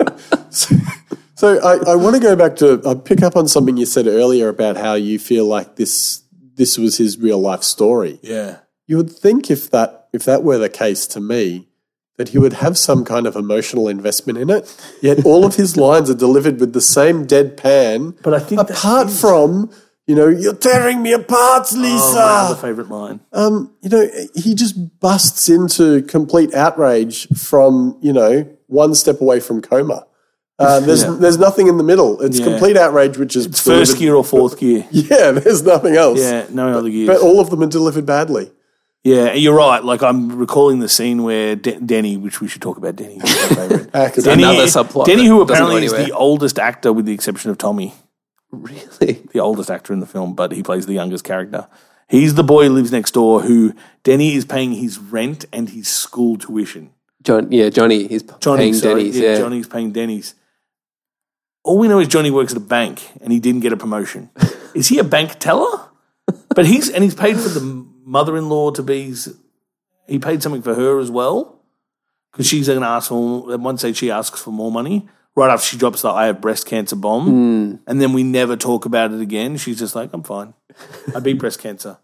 A: that. So I, I want to go back to I pick up on something you said earlier about how you feel like this this was his real life story.
B: yeah,
A: You would think if that if that were the case to me, that he would have some kind of emotional investment in it. Yet all of his lines are delivered with the same deadpan.
B: But I think that
A: apart from you know, you're tearing me apart,
C: Ah,
B: another
A: Lisa.
B: favorite line.
A: um, you know, he just busts into complete outrage from you know one step away from coma.
B: *laughs*
A: Uh, there's there's nothing in the middle. It's
B: Yeah.
A: complete outrage, which is
B: First
A: delivered-
B: gear or fourth gear?
A: *laughs* Yeah, there's nothing else.
B: Yeah, no other gears.
A: But all of them are delivered badly.
B: yeah, you're right. Like I'm recalling the scene where De- Denny, which we should talk about Denny. he's my favourite.
A: Ah, 'cause
B: Denny,
C: *laughs* Another subplot
B: Denny, who
C: that doesn't go
B: apparently is the
C: anywhere.
B: oldest actor, with the exception of Tommy.
C: Really?
B: the oldest actor in the film, but he plays the youngest character. He's the boy who lives next door who Denny is paying his rent and his school tuition.
C: John, yeah, Johnny. He's
B: Johnny,
C: paying
B: sorry.
C: Denny's. Yeah,
B: Johnny's paying Denny's. All we know is Johnny works at a bank and he didn't get a
C: *laughs*
B: promotion. is he a bank teller? But he's and he's paid for the mother-in-law to be's. He paid something for her as well because she's going to ask for. At one stage, she asks for more money right after she drops the "I have breast cancer"
C: Hmm.
B: bomb, and then we never talk about it again. She's just like, "I'm fine. I beat breast cancer."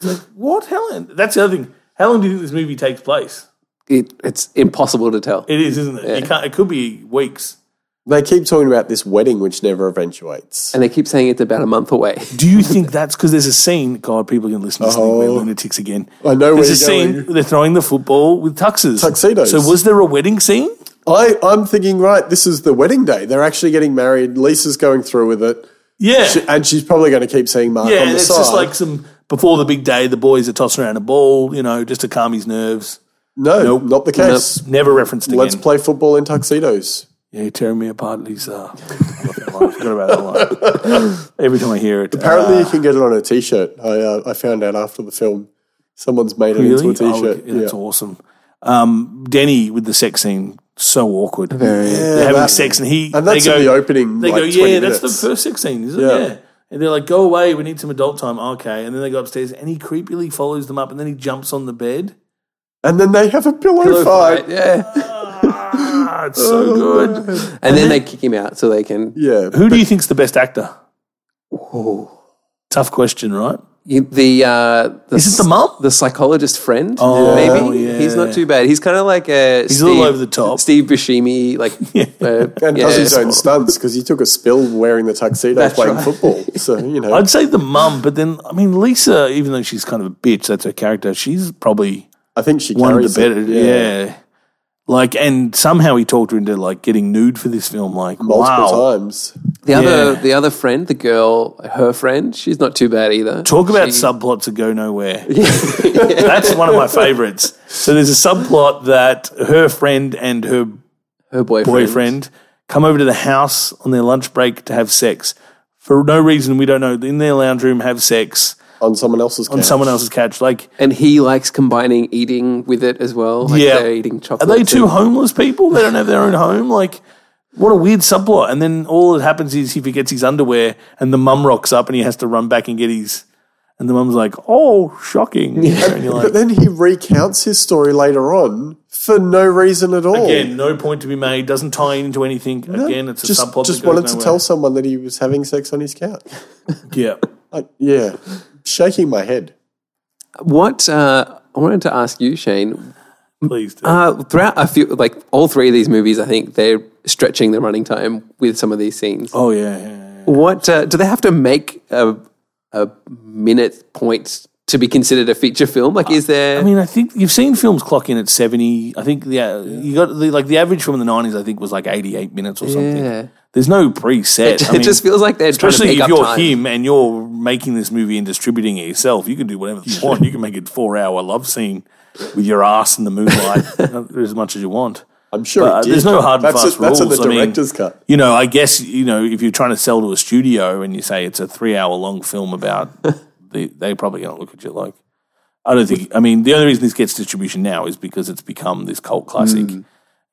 B: It's like, what, Helen? That's the other thing. How long do you think this movie takes place?
C: It, it's impossible to tell.
B: It is, isn't it? You can't, it could be weeks.
A: They keep talking about this wedding, which never eventuates.
C: and they keep saying it's about a month away.
B: Do you think that's because there's a scene? God, people can listen to this thing. We're
A: Oh.
B: lunatics again.
A: I know where
B: There's a
A: you're
B: scene
A: going.
B: they're throwing the football with tuxes,
A: Tuxedos.
B: So was there a wedding scene?
A: I, I'm thinking, right, this is the wedding day. They're actually getting married. Lisa's going through with it.
B: Yeah,
A: She- and she's probably going to keep seeing Mark
B: yeah.
A: on the
B: It's
A: side.
B: just like some before the big day. The boys are tossing around a ball, you know, just to calm his nerves.
A: no, not the case.
B: Never referenced again.
A: Let's play football in tuxedos.
B: Yeah, you're tearing me apart, Lisa. *laughs* I love that line. I forgot about that
A: *laughs*
B: line. Every time I hear it, uh,
A: Apparently, you can get it on a T-shirt. I, uh, I found out after the film, someone's made it
B: really,
A: into a
B: Oh,
A: T-shirt.
B: yeah, that's
A: yeah.
B: awesome. Um, Denny with the sex scene, so awkward. They're having
A: that-
B: sex, and he
A: And
B: they
A: that's
B: go-
A: in the opening.
B: They
A: like,
B: go,
A: 20
B: yeah, that's
A: minutes.
B: the first sex scene, isn't
A: Yeah.
B: it? Yeah. And they're like, go away, we need some adult time. Okay. And then they go upstairs and he creepily follows them up and then he jumps on the bed.
A: And then they have a pillow, fight.
C: Yeah,
B: Ah, it's
A: Oh.
B: so good. *laughs*
C: and then they kick him out so they can.
A: Yeah,
B: Who do you think's the best actor? Tough question, right?
C: You- The uh, the,
B: Is it the mum?
C: the psychologist friend?
B: Oh,
C: maybe
B: yeah.
C: he's not too bad. He's kind of like a
B: He's a little over the top.
C: Steve
B: *laughs*
C: Buscemi, like uh,
A: and
C: yeah.
A: does his own stunts because he took a spill wearing the tuxedo
C: That's
A: playing
C: right.
A: football. So you
B: *laughs*
A: know,
B: I'd say the mum, but then, I mean, Lisa, even though she's kind of a bitch, that's her character, she's probably
A: I think she
B: one of
A: carries
B: the better.
A: it.
B: Yeah. Like, and somehow he talked her into like getting nude for this film. Like, wow.
A: multiple times.
C: The other
B: Yeah.
C: the other friend, the girl, her friend, she's not too bad either.
B: Talk about subplots that go
A: *laughs*
B: nowhere. That's one of my favorites. So there's a subplot that her friend and her
C: her boyfriend.
B: boyfriend come over to the house on their lunch break to have sex for no reason we don't know. In their lounge room, have sex
A: on someone else's
B: on someone
A: *laughs*
B: else's couch. Like,
C: And he likes combining eating with it as well. Like
B: Yeah.
C: they're eating
B: are
C: chocolate.
B: they two homeless people? They don't have their own home. Like, what a weird subplot. And then all that happens is he forgets his underwear, and the mum rocks up, and he has to run back and get his. And the mum's like, "Oh, shocking!" And you're like,
A: But then he recounts his story later on for *laughs* no reason at all.
B: Again, no point to be made. Doesn't tie into anything. Again, it's a
A: just
B: subplot.
A: just
B: that goes
A: wanted to
B: nowhere.
A: tell someone that he was having sex on his couch.
B: Yeah,
A: Like,
B: *laughs*
A: yeah, shaking my head.
C: What uh, I wanted to ask you, Shane.
B: please. do.
C: Uh, throughout a few, like all three of these movies, I think they're stretching the running time with some of these scenes.
B: oh yeah, yeah, yeah.
C: What uh, do they have to make a, a minute point to be considered a feature film? Like, is there?
B: I mean, I think you've seen films clock in at seventy. I think yeah, you got the, like the average from the nineties. I think was like eighty-eight minutes or something.
C: Yeah.
B: There's no preset.
C: it
B: I mean,
C: just feels like they're
B: especially
C: trying to
B: if
C: make
B: you're
C: up time.
B: him and you're making this movie and distributing it yourself. You can do whatever you
C: *laughs*
B: want. You can make it four-hour love scene with your ass in the moonlight uh, as much as you want.
A: I'm sure
B: Uh,
A: it did.
B: there's no hard and
A: that's
B: fast
A: a, That's in the
B: rules. I mean,
A: director's cut.
B: You know, I guess you know if you're trying to sell to a studio and you say it's a three-hour-long
A: *laughs*
B: film about, the, they probably don't look at you like. I don't think. I mean, the only reason this gets distribution now is because it's become this cult classic.
A: Mm.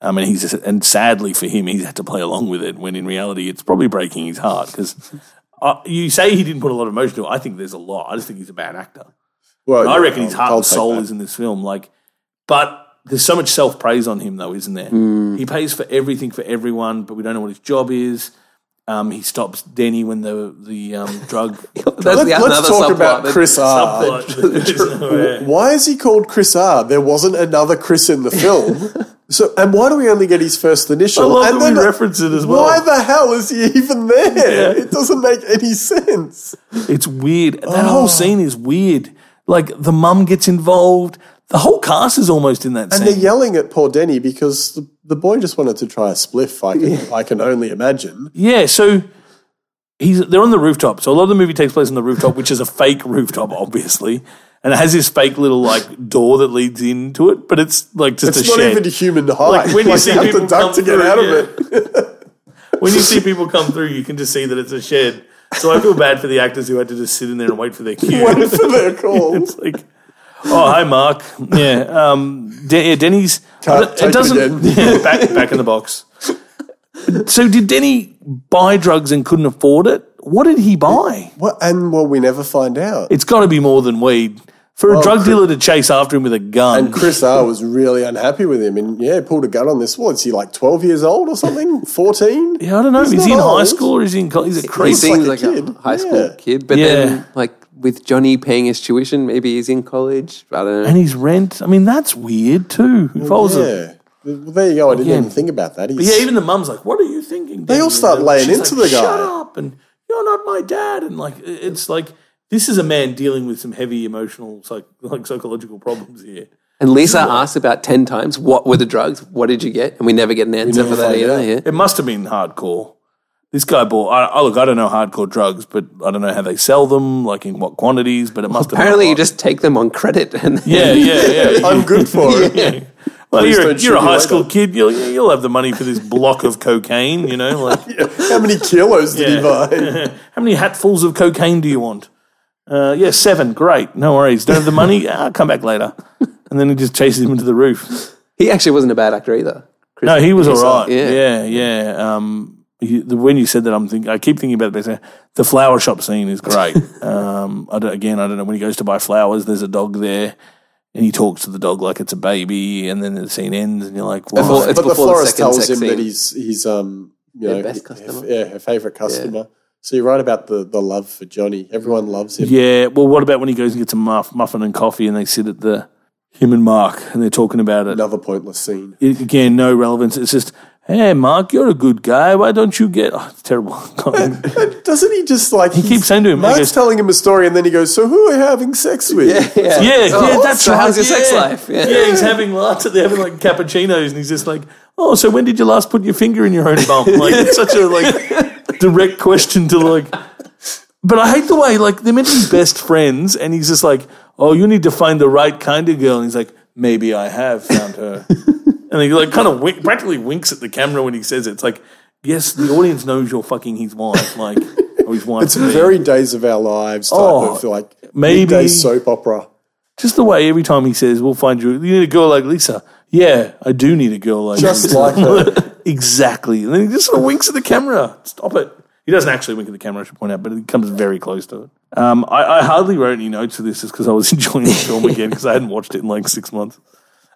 B: I mean, he's and sadly for him, he's had to play along with it when in reality, it's probably breaking his heart because. Uh, you say he didn't put a lot of emotion to it. I think there's a lot. I just think he's a bad actor.
A: Well,
B: I reckon his
A: I'll-
B: heart
A: I'll
B: and
A: take
B: soul
A: that.
B: is in this film. Like, but there's so much self praise on him, though, isn't there?
A: Mm.
B: He pays for everything for everyone, but we don't know what his job is. Um, he stops Denny when the
A: *laughs*
B: the um, drug. uh,
C: That's
A: Let,
C: the-
A: us
C: another
A: talk
C: subplot
A: about
C: that-
A: Chris R.
B: *laughs* subplot.
A: Why is he called Chris R? There wasn't another Chris in the
B: *laughs*
A: film. so, and why do we only get his first initial?
B: I love
A: and
B: that we reference it as well.
A: uh, Why the hell is he even there? It doesn't make any sense.
B: It's weird. That
A: Oh.
B: whole scene is weird. Like the mum gets involved. The whole cast is almost in that
A: And
B: scene.
A: they're yelling at poor Denny because the, the boy just wanted to try a spliff. I can, I can only imagine.
B: Yeah, so he's they're on the rooftop. So a lot of the movie takes place on the rooftop, which is a fake rooftop, obviously, and it has this fake little like door that leads into it, but it's like just
A: It's
B: a
A: not
B: shed.
A: even human height.
B: Like, when you see
A: have
B: people
A: to duck
B: come
A: to get
B: through,
A: out
B: yeah.
A: of it.
B: when you see people come through, you can just see that it's a shed. So I feel bad for the actors who had to just sit in there and wait for their cue.
A: Wait for
B: *laughs*
A: their call.
B: it's like, oh, hi, Mark. Yeah, um, De- yeah Denny's.
A: Cut,
B: I don't-
A: take it again.
B: *laughs* Yeah, back, back in the box. So did Denny buy drugs and couldn't afford it? What did he buy?
A: Well, and well, we never find out.
B: It's got to be more than weed for a drug
A: Chris-
B: dealer to chase after him with a gun.
A: And Chris R was really unhappy with him, and yeah, pulled a gun on this. What's he like? Twelve years old or
B: *laughs*
A: something? Fourteen?
B: yeah, I don't know.
A: He's
B: Is he in
A: not
B: high
A: old.
B: school or is he in college? He's a
C: He
B: creep.
A: He's
C: seems
A: like
C: like,
A: a
C: a,
A: kid.
C: high school
A: Yeah.
C: kid, but
B: Yeah.
C: then like with Johnny paying his tuition, maybe he's in college. I don't know.
B: and his rent. I mean, that's weird too. If I was a-
A: Yeah. Well, there you go. I didn't
B: Again.
A: even think about that. He's,
B: But yeah, even the mum's like, "What are you thinking?" They
A: all start laying into the guy.
B: Shut up! And you're not my dad. And like, it's like this is a man dealing with some heavy emotional, psych- *laughs* like psychological problems here.
C: And Lisa asks about ten times, "What were the drugs? What did you get?" And we never get an answer for that
A: find
C: either.
A: out.
C: Yeah.
B: It must have been hardcore. This guy bought. I, I look. I don't know hardcore drugs, but I don't know how they sell them, like in what quantities. But it must have
C: Apparently,
B: Been a
C: you
B: lot.
C: just take them on credit, *laughs* and
B: yeah,
A: *laughs*
B: yeah, yeah.
A: I'm good for it.
B: *laughs* Yeah. Well,
A: Please
B: you're, a-
A: don't shoot
B: you're a
A: me
B: high
A: later.
B: school kid. You'll, you'll have the money for this block of cocaine, you know? Like,
A: How many kilos did he
B: Yeah.
A: buy?
B: *laughs* How many hatfuls of cocaine do you want? Uh, yeah, seven. Great. No worries. Don't have the money? Ah, I'll come back later. And then he just chases him into the roof.
C: he actually wasn't a bad actor either. Chris,
B: No, he was all
C: Himself,
B: right. Yeah, yeah. Um, he, the, when you said that, I'm think I keep thinking about the the flower shop scene is great. um, I don't, again, I don't know when he goes to buy flowers. There's a dog there, and he talks to the dog like it's a baby, and then the scene ends, and you're like, "Why?"
C: all- it's
A: but the
C: before the
A: florist
C: second
A: tells
C: sex
A: him
C: scene.
A: that he's he's um you know
C: best
A: her-
C: customer.
A: yeah her favorite customer. So you're right about the the love for Johnny. Everyone loves him.
B: Yeah. Well, what about when he goes and gets a muff, muffin and coffee, and they sit at the him and Mark, and they're talking about it.
A: Another pointless scene.
B: It- again, no relevance. It's just, hey, Mark, you're a good guy. Why don't you get? Oh, it's terrible. *laughs*
A: But doesn't he just like he
B: keeps saying to him, he
A: Mark's
B: goes-
A: telling him a story, and then he goes, "So who are you having sex with?"
C: yeah, yeah.
B: yeah, yeah,
C: Oh,
B: that's
C: so
B: right.
C: How's your sex
B: yeah.
C: life?
B: Yeah. he's having latte. They're having like cappuccinos, and he's just like, oh, so when did you last put your finger in your own
C: *laughs*
B: bum? Like it's such a like direct question to like. But I hate the way like they're meant to be best friends, and he's just like, oh, you need to find the right kind of girl. And he's like, maybe I have found
C: *laughs*
B: her. And he like kind of wink, practically winks at the camera when he says it. It's like, yes, the audience knows you're fucking his wife, like or
C: *laughs*
B: his wife.
A: It's very days of our lives type
B: Oh,
A: of like
B: maybe-
A: midday soap opera.
B: Just the way every time he says, "We'll find you," you need a girl like Lisa. Yeah, I do need a girl like
A: Just
B: Lisa.
A: like her.
B: *laughs* exactly. And then he just sort of winks at the camera. Stop it. He doesn't actually wink at the camera, I should point out, but he comes very close to it. Um, I, I hardly wrote any notes for this just because I was *laughs* enjoying the film again because I hadn't watched it in like six months.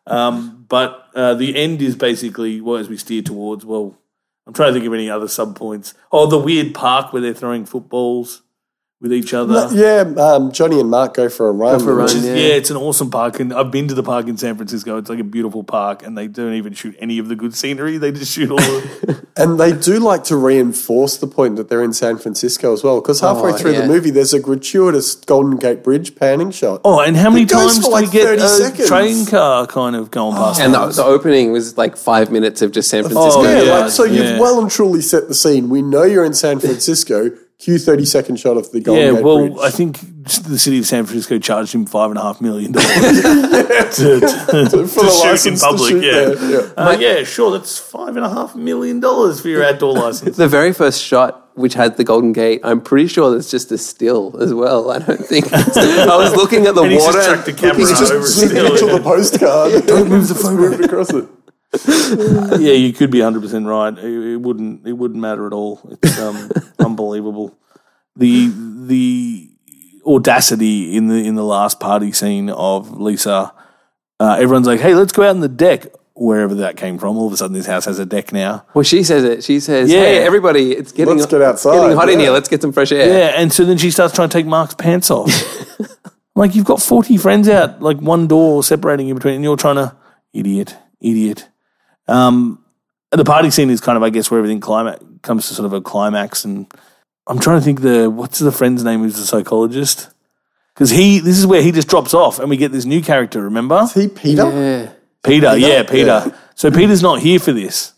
B: Um, but uh, the end is basically, well, as we steer towards, well, I'm trying to think of any other sub points. Oh, the weird park where they're throwing footballs with each other.
A: *laughs* Yeah, um, Johnny and Mark go for a run.
C: for a
A: which
C: run,
A: is-
B: Yeah.
C: Yeah.
B: it's an awesome park, and I've been to the park in San Francisco. It's like a beautiful park, and they don't even shoot any of the good scenery. They just shoot all. *laughs* the...
A: And they do like to reinforce the point that they're in San Francisco as well, because halfway
C: Oh,
A: through the
C: yeah.
A: movie, there's a gratuitous Golden Gate Bridge panning shot.
B: Oh, and how many
A: It goes
B: times
A: for
B: do
A: like
B: we get
A: 30
B: a
A: seconds.
B: train car kind of going past?
C: And the,
B: us?
C: the opening was like five minutes of just San Francisco.
B: yeah.
A: like, so
B: yeah.
A: you've well and truly set the scene. We know you're in San Francisco. Cue thirty second shot of the Golden
B: Yeah,
A: Gate
B: well,
A: Bridge.
B: I think the city of San Francisco charged him five and a half million dollars *laughs* to, to, to
A: For the
B: shoot in
A: license to
B: public.
A: shoot
B: yeah,
A: there, yeah.
B: Uh, yeah, sure. That's five and a half million dollars for your outdoor license.
C: The very first shot, which had the Golden Gate, I'm pretty sure that's just a still as well. I don't think. *laughs* I was looking at the
B: And he's just
C: water.
B: chucked the camera
C: looking-
A: Just
B: over
A: zoom
B: still,
A: into
B: *laughs* yeah.
A: the postcard. Don't move *laughs* the phone. Move it across it.
B: yeah, you could be 100 percent right. It, it wouldn't. It wouldn't matter at all. It's um, unbelievable. The the audacity in the in the last party scene of Lisa. Uh, everyone's like, "Hey, let's go out on the deck." Wherever that came from, all of a sudden this house has a deck now.
C: *laughs* Well, she says it. She says,
B: Yeah.
C: "Hey, everybody, it's getting
A: Let's get outside,
C: It's getting hot in
A: yeah.
C: here. Let's get some fresh air."
B: Yeah, and so then she starts trying to take Mark's pants off. I'm like you've got forty friends out, like one door separating you between, and you're trying to idiot, idiot. Um, the party scene is kind of, I guess, where everything climax comes to sort of a climax, and I'm trying to think the what's the friend's name who's the psychologist because he this is where he just drops off, and we get this new character. Remember,
A: T. Peter.
C: Yeah.
B: Peter, yeah, Peter.
A: Yeah.
B: So Peter's not here for this.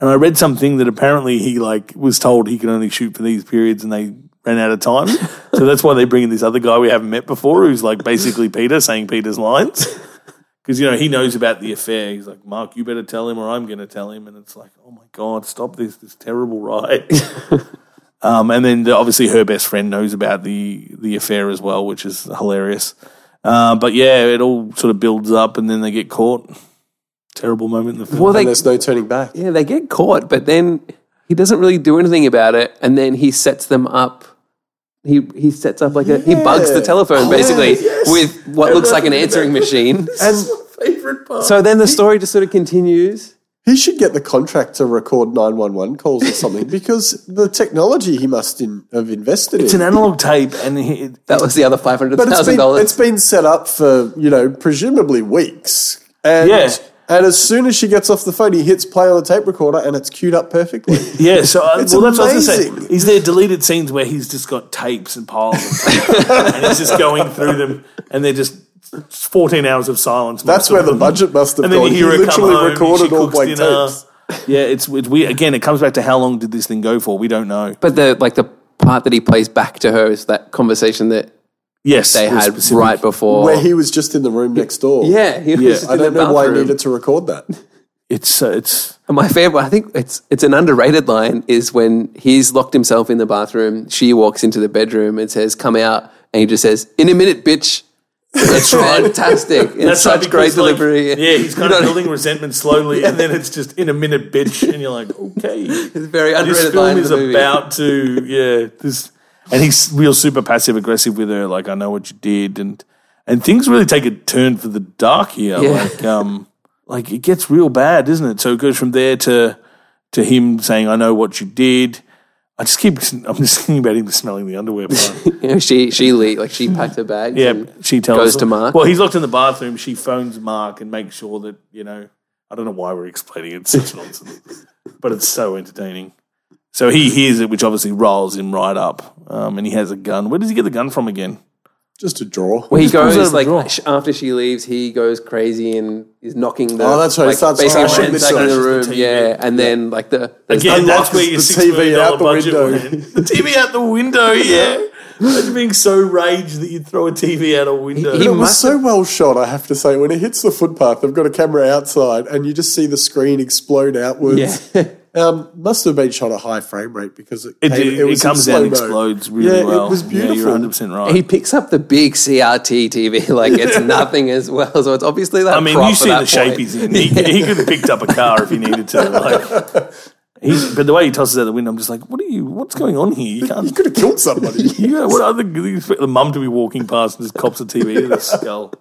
B: And I read something that apparently he like was told he could only shoot for these periods and they ran out of time. so that's why they bring in this other guy we haven't met before who's like basically Peter saying Peter's lines. Because you know, he knows about the affair. He's like, Mark, you better tell him or I'm gonna tell him. And it's like, oh my God, stop this, this terrible ride. Um, and then the, obviously her best friend knows about the the affair as well, which is hilarious. Uh, but yeah, it all sort of builds up, and then they get caught. Terrible moment in the film.
C: Well,
A: And
C: they
A: there's no turning back.
C: yeah they get caught, but then he doesn't really do anything about it, and then he sets them up. He he sets up like a he bugs the telephone basically with what looks like
A: *laughs*
B: *laughs*
C: an answering machine.
A: And
B: favorite part.
C: So then the story just sort of continues.
A: he should get the contract to record nine one one calls or something because the technology he must in, have invested
B: it's
A: in.
B: an analog tape, and he,
C: That was the other five hundred
A: but it's
C: thousand
A: been, it's
C: dollars.
A: been set up for you know presumably weeks. And,
B: Yeah.
A: And as soon as she gets off the phone, he hits play on the tape recorder, and it's queued up perfectly.
B: *laughs* yeah. So uh,
A: It's
B: well, that's what I was going to
A: amazing.
B: say. Is there deleted scenes where he's just got tapes and piles, of tapes, and he's just going through them, and they're just fourteen hours of silence.
A: That's where the budget must have
B: and then
A: gone.
B: you hear
A: he
B: her come
A: literally
B: home,
A: recorded
B: she
A: all
B: cooks
A: blank
B: dinner.
A: tapes.
B: Yeah, it's, it's we again. It comes back to how long did this thing go for? We don't know.
C: But the like the part that he plays back to her is that conversation that
B: Yes,
C: they
B: the
C: had
B: specific-
C: right before.
A: Where he was just in the room next door.
C: yeah, he was
B: Yeah.
C: just
A: I
C: in
A: don't
C: the
A: know why he
C: bathroom.
A: needed to record that.
C: *laughs*
B: It's uh, it's
C: And My favorite, I think it's it's an underrated line, is when he's locked himself in the bathroom. She walks into the bedroom and says, "Come out," and he just says, "In a
B: *laughs*
C: minute, bitch." That's fantastic. It's
B: that's
C: such
B: right,
C: great
B: because, like,
C: delivery.
B: yeah, he's kind
C: *laughs* You
B: of
C: know,
B: building resentment slowly, and then it's just in a minute, bitch, and you're like, okay,
C: It's a very
B: this
C: underrated line.
B: film
C: in
B: is
C: the movie.
B: about to yeah this, and he's real super passive aggressive with her. Like I know what you did, and and things really take a turn for the dark here.
C: Yeah.
B: Like um, like it gets real bad, doesn't it? So it goes from there to to him saying, I know what you did. I just keep I'm just thinking about him smelling the underwear. Part.
C: You know, she she le- like she packed her bags.
B: Yeah,
C: and
B: she tells
C: goes to Mark.
B: Well, he's locked in the bathroom. She phones Mark and makes sure that you know. I don't know why we're explaining it. It's such nonsense, *laughs* but it's so entertaining. So he hears it, which obviously rolls him right up, um, and he has a gun. Where does he get the gun from again?
A: Just a draw.
C: Well, he
B: just pulls out of
C: goes
B: the
C: like
B: drawer.
C: sh- after she leaves, he goes crazy and is knocking the.
A: Oh, that's right. He
C: Like,
A: starts
C: basically
A: smashing the
C: ransacking
A: stuff.
C: the room.
B: The TV.
C: yeah, and then like the there's
B: Again,
A: unlocks
B: that's where your
A: the
B: six
A: TV
B: million dollar
A: out the
B: budget
A: window.
B: went. The TV out the window. Yeah, imagine being so raged that you'd throw a TV out a window.
C: He-
A: It was
C: must
A: so well shot, I have to say. When it hits the footpath, they've got a camera outside, and you just see the screen explode outwards. um, must have been shot at high frame rate because it
B: it,
A: came-
B: it,
A: was in
B: comes down, and
A: slow-mo.
B: explodes really
A: yeah,
B: well.
A: It was
B: Yeah, you're
A: beautiful.
B: 100 percent right.
C: He picks up the big CRT TV *laughs* like
B: *laughs*
C: it's nothing as well. So it's obviously that.
B: I mean,
C: prop
B: you
C: at
B: see
C: that
B: the shape
C: point.
B: he's in. He, he could have picked up a car if he needed to. Like, *laughs* he's, but the way he tosses out the window, I'm just like, what are you? What's going on here? You
A: You
B: can't.
A: could have killed somebody.
B: *laughs* You know, what other? You expect the mum to be walking past and just cops a TV to the skull.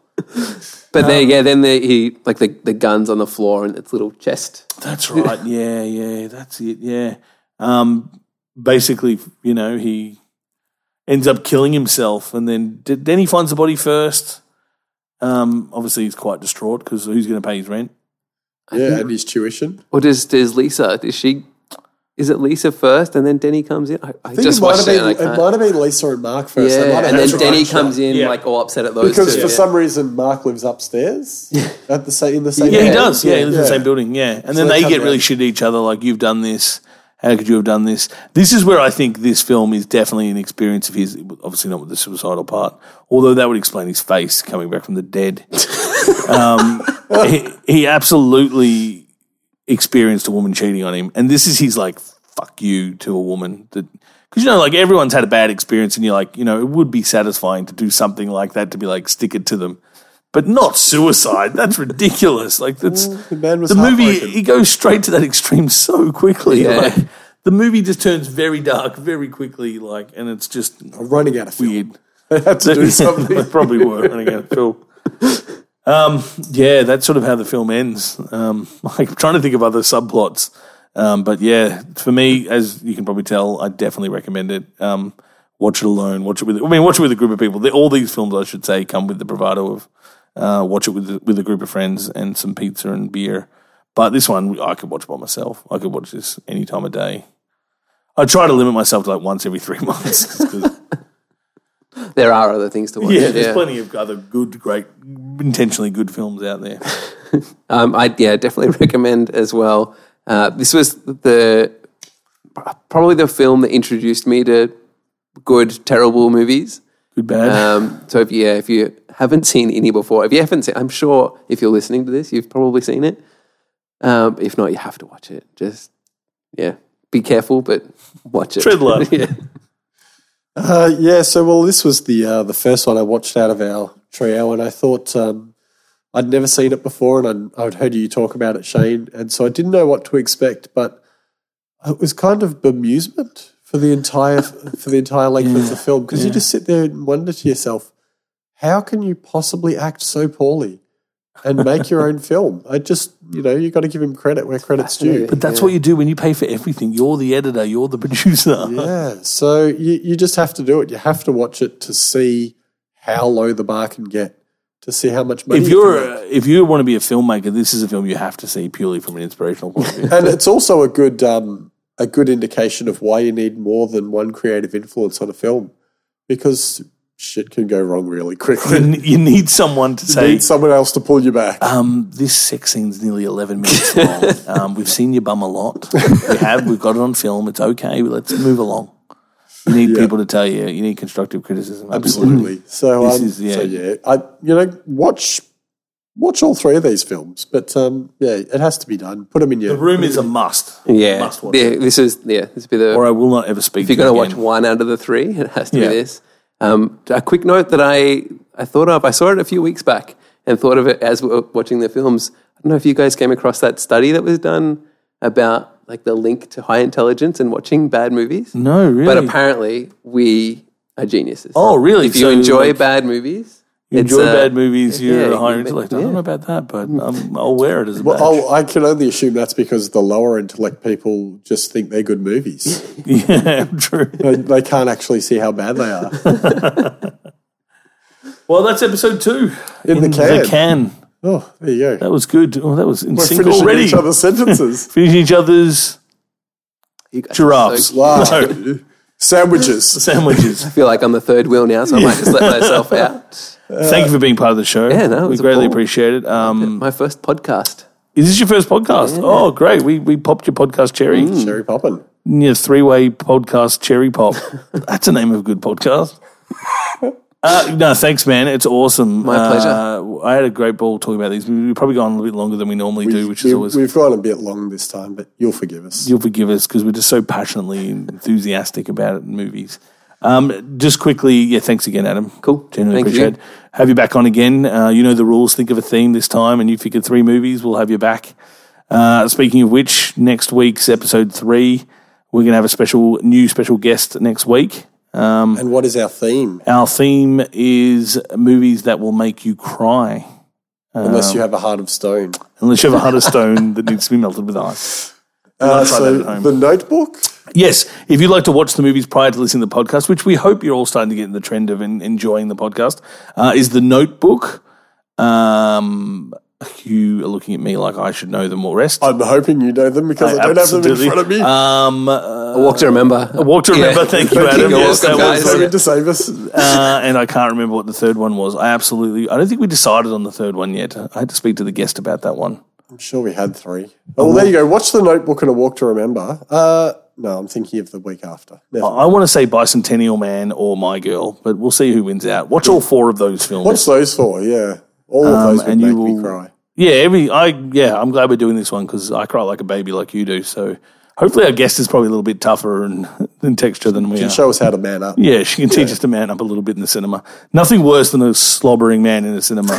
C: But
B: Um,
C: then, yeah, then the, he like the, the guns on the floor and its little chest.
B: That's right. Yeah, yeah, that's it. Yeah. Um, basically, you know, he ends up killing himself, and then did, then he finds the body first. Um, obviously, he's quite distraught because who's going to pay his rent?
A: yeah, and his tuition.
C: Or does does Lisa? Is she? Is it Lisa first and then Denny comes in? I, I
A: I think
C: just
A: it, might
C: watched
A: have
C: it. and I
A: been, it
C: can't.
A: might have been Lisa and Mark first. They might
C: Yeah,
A: have
C: and
A: had
C: then
A: to
C: Denny
A: rush that.
C: comes in
B: Yeah.
C: like all upset at those
A: Because
C: two.
A: for
C: Yeah.
A: some reason, Mark lives upstairs at the same in the same.
B: Yeah, he
A: house.
B: does. Yeah, he lives
A: Yeah.
B: in the same building. Yeah, and then
A: they
B: they
A: come
B: get really
A: out.
B: shit at each other. Like you've done this. How could you have done this? This is where I think this film is definitely an experience of his, obviously not with the suicidal part, although that would explain his face coming back from the dead. *laughs* um, he, he absolutely experienced a woman cheating on him. And this is his like, fuck you to a woman that, because you know, like everyone's had a bad experience and you're like, you know, it would be satisfying to do something like that to be like, stick it to them. But not suicide. That's ridiculous. Like that's
A: Mm, The man was
B: the movie
A: heartbroken.
B: he goes straight to that extreme so quickly
C: Yeah.
B: like the movie just turns very dark very quickly like and it's just
A: running out of fuel.
B: weird
A: *laughs* I had to
B: *laughs*
A: do something.
B: They probably were running out of film um, yeah that's sort of how the film ends um, *laughs* like, i'm trying to think of other subplots um, but yeah for me as you can probably tell i definitely recommend it um, watch it alone watch it with i mean watch it with a group of people The- all these films i should say come with the bravado of uh, watch it with with a group of friends and some pizza and beer. But this one, I could watch by myself. I could watch this any time of day. I try to limit myself to like once every three *laughs* months. 'cause-
C: There are other things to watch.
B: yeah, there's plenty of other good, great, intentionally good films out there.
C: Um, I yeah, definitely *laughs* recommend as well. Uh, this was the probably the film that introduced me to good terrible movies.
B: Good, bad.
C: Um, so if yeah, if you haven't seen any before, if you haven't seen, I'm sure if you're listening to this, you've probably seen it. Um, if not, you have to watch it. Just yeah, be careful, but watch it.
B: Tread light.
C: *laughs* yeah.
A: Uh, yeah, so well, this was the uh, the first one I watched out of our trio, and I thought um, I'd never seen it before, and I'd, I'd heard you talk about it, Shane, and so I didn't know what to expect, but it was kind of bemusement for the entire for the entire length of the film because you just sit there and wonder to yourself, how can you possibly act so poorly and make your own film? I just, you know, you got to give him credit where credit's due.
B: but that's what you do when you pay for everything. You're the editor. You're the *laughs* producer.
A: Yeah, so you, you just have to do it. You have to watch it to see how low the bar can get, to see how much money.
B: If
A: you can
B: you're
A: make.
B: uh, if you want to be a filmmaker, this is a film you have to see purely from an inspirational point of view.
A: and it's also a good um, a good indication of why you need more than one creative influence on a film, because shit can go wrong really
B: *laughs* *laughs* you,
A: quickly.
B: n- you need someone to
A: You
B: say,
A: need someone else to pull you back.
B: Um, this sex scene's nearly 11 minutes *laughs* long. Um, we've seen your bum a lot. We have. We've got it on film. It's okay. But let's move along. You need people to tell you. You need constructive criticism.
A: Absolutely. So,
B: This
A: um,
B: is- yeah.
A: so yeah, I you know watch watch all three of these films, but um, yeah, it has to be done. Put them in your
B: The room is a must.
C: Yeah.
B: Must watch.
C: yeah, this is yeah, this would be the
B: Or I will not ever speak
C: if you're
B: to
C: going to
B: you
C: watch
B: again.
C: one out of the three, it has to
B: Yeah.
C: be this. Um, a quick note that I, I thought of, I saw it a few weeks back and thought of it as we were watching the films. I don't know if you guys came across that study that was done about like the link to high intelligence and watching bad movies.
B: No, really.
C: But apparently we are geniuses.
B: oh, really?
C: if you
B: So,
C: enjoy
B: like,
C: bad movies,
B: you enjoy
C: uh,
B: bad movies, you're
C: yeah,
B: a higher
C: you-
B: intellect. I
C: yeah. Mm.
B: don't know about that, but um, I'll wear it as
A: *laughs*
B: a badge.
A: Well, Oh, I, I can only assume that's because the lower intellect people just think they're good
B: *laughs*
A: movies.
B: *laughs* yeah, true.
A: they, they can't actually see how bad they
B: *laughs*
A: are.
B: Well, that's episode two.
A: In the can.
B: The can.
A: Oh, there you go.
B: That was good. Oh, that was in
A: We're
B: sync
A: finishing
B: already.
A: each other's
B: *laughs*
A: sentences. *laughs*
B: finishing each other's
C: you guys are
B: giraffes.
C: so-
A: Wow.
B: *laughs* No.
A: Sandwiches.
C: *laughs*
B: sandwiches.
C: I feel like I'm the third wheel now, so I might just let
B: *laughs*
C: myself out.
B: Thank you for being part of the show.
C: Uh, yeah, no, it
B: we
C: was a
B: greatly
C: ball.
B: appreciate it. Um,
C: My first podcast.
B: is this your first podcast? Oh, great! We we popped your podcast cherry.
A: Cherry Poppin.
B: Yeah, three way podcast cherry pop. That's a name of a good podcast. Uh, no, thanks, man. It's awesome.
C: My
B: Uh,
C: pleasure.
B: I had a great ball talking about these. We've probably gone a little bit longer than we normally do, which is
A: we,
B: always
A: We've gone a bit long this time, but you'll forgive us.
B: you'll forgive us because we're just so passionately enthusiastic about movies. Um, just quickly, yeah, thanks again, Adam.
C: Cool.
B: Genuinely
C: Thank you.
B: appreciate it. Have you back on again. Uh, you know the rules. Think of a theme this time, and you figure three movies, we'll have you back. Uh, speaking of which, next week's episode three, we're going to have a special new special guest next week.
A: and what is our theme?
B: Our theme is movies that will make you cry, Uh,
A: Unless you have a heart of stone.
B: unless you have a heart of stone that needs to be melted with ice.
A: Uh,
B: try
A: so
B: that at home.
A: the notebook.
B: Yes, if you'd like to watch the movies prior to listening to the podcast, which we hope you're all starting to get in the trend of en- enjoying the podcast, uh, is The Notebook. Um, you are looking at me like I should know them all. Rest.
A: I'm hoping you know them because I, don't have them in
B: absolutely-
A: front of me.
B: Um,
C: I walk to remember. I
B: Walk to Remember. Thank you, Adam.
C: You're
B: Yes,
C: welcome,
B: that was-
C: guys.
A: Sorry to save us.
B: uh, and I can't remember what the third one was. I absolutely, I don't think we decided on the third one yet. I had to speak to the guest about that one.
A: I'm sure we had three. Oh, well, there you go. Watch the notebook and a walk to remember. Uh, no, I'm thinking of the week after. Never
B: I want to say Bicentennial Man or My Girl, but we'll see who wins out. Watch all four of those films.
A: What's those for? Yeah, all of those would
B: Um, and you
A: make me
B: will-
A: cry.
B: Yeah, every I yeah, I'm glad we're doing this one because I cry like a baby, like you do. So hopefully, our guest is probably a little bit tougher and *laughs* in texture than we are.
A: Show us how to man up.
B: Yeah, she can teach us to man up a little bit in the cinema. Nothing worse than a slobbering man in a *laughs* cinema,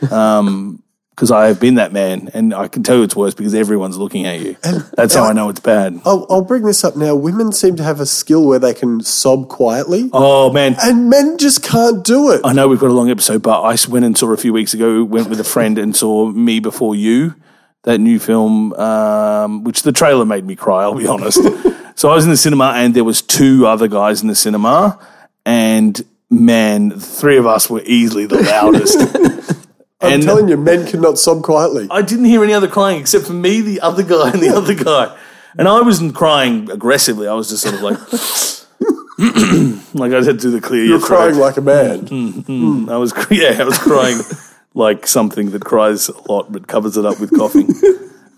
B: because I have been that man, and I can tell you it's worse because everyone's looking at you. That's how I know it's bad.
A: I'll, I'll bring this up now. Women seem to have a skill where they can sob quietly,
B: Oh man,
A: and men just can't do it.
B: I know we've got a long episode, but I s- went and saw a few weeks ago. Went with a friend and saw Me Before You, that new film, um, which the trailer made me cry. I'll be honest. so I was in the cinema, and there was two other guys in the cinema, and man, the three of us were easily the loudest.
A: *laughs* I'm
B: and Oh,
A: telling you, men cannot sob quietly.
B: I didn't hear any other crying except for me, the other guy, and the other guy. And I wasn't crying aggressively. I was just sort of like, *sniffs* like I had to do the clear.
A: You're
B: your throat.
A: crying like a man.
B: Mm-hmm. I was *laughs* yeah, I was crying like something that cries a lot but covers it up with coughing. *laughs*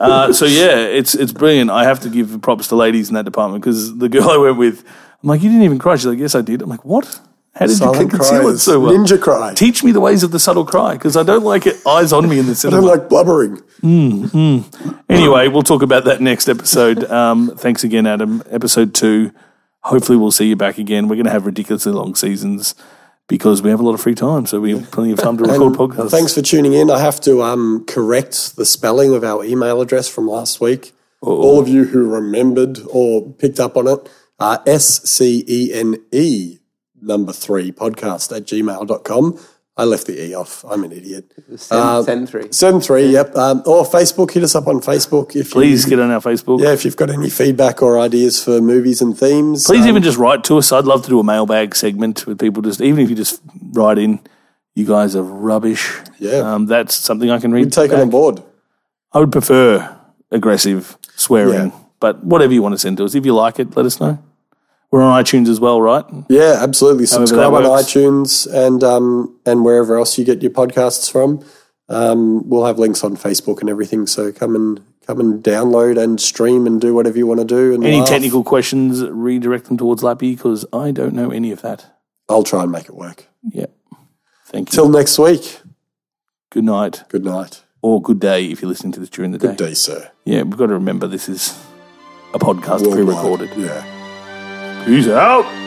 B: Uh, so yeah, it's it's brilliant. I have to give props to ladies in that department because the girl I went with, I'm like, you didn't even cry. She's like, yes, I did. I'm like, what? How *laughs* did you
A: Silent
B: conceal it
A: cries.
B: so well?
A: Ninja cry.
B: Teach me the ways of the subtle cry because I don't like it eyes
A: *laughs*
B: on me in the
A: I'm
B: cinema.
A: like blubbering.
B: anyway, we'll talk about that next episode. Um, thanks again, Adam. Episode two. Hopefully, we'll see you back again. We're going to have ridiculously long seasons because we have a lot of free time, so we have plenty of
A: *laughs*
B: time to record podcasts.
A: Thanks for tuning in. I have to um, correct the spelling of our email address from last week. All of you who remembered or picked up on it, uh, S C E N E number three podcast at gmail.com. I left the E off. I'm an idiot.
C: Send, send
B: Uh,
C: three.
A: Send three, yep. Um, or Facebook, hit us up on Facebook if you,
B: Please get on our Facebook.
A: yeah, if you've got any feedback or ideas for movies and themes.
B: Please even just write to us. I'd love to do a mailbag segment with people. Just even if you just write in, you guys are rubbish.
A: Yeah.
B: um, that's something I can read.
A: Take it
B: back.
A: on board.
B: I would prefer aggressive swearing,
A: Yeah.
B: but whatever you want to send to us, if you like it, let us know. We're on iTunes as well, right?
A: Yeah, absolutely. Subscribe
B: that
A: on
B: works.
A: iTunes and um, and wherever else you get your podcasts from. Um, we'll have links on Facebook and everything. So come and come and download and stream and do whatever you want to do. And
B: Any
A: laugh.
B: technical questions, redirect them towards Lappy because I don't know any of that.
A: I'll try and make it work.
B: Yeah. Thank you.
A: Till next week.
B: good night
A: Good night.
B: or good day if you're listening to this during the day.
A: Good day, sir.
B: Yeah, we've got to remember this is a podcast
A: Worldwide.
B: pre-recorded.
A: Yeah.
B: Peace out.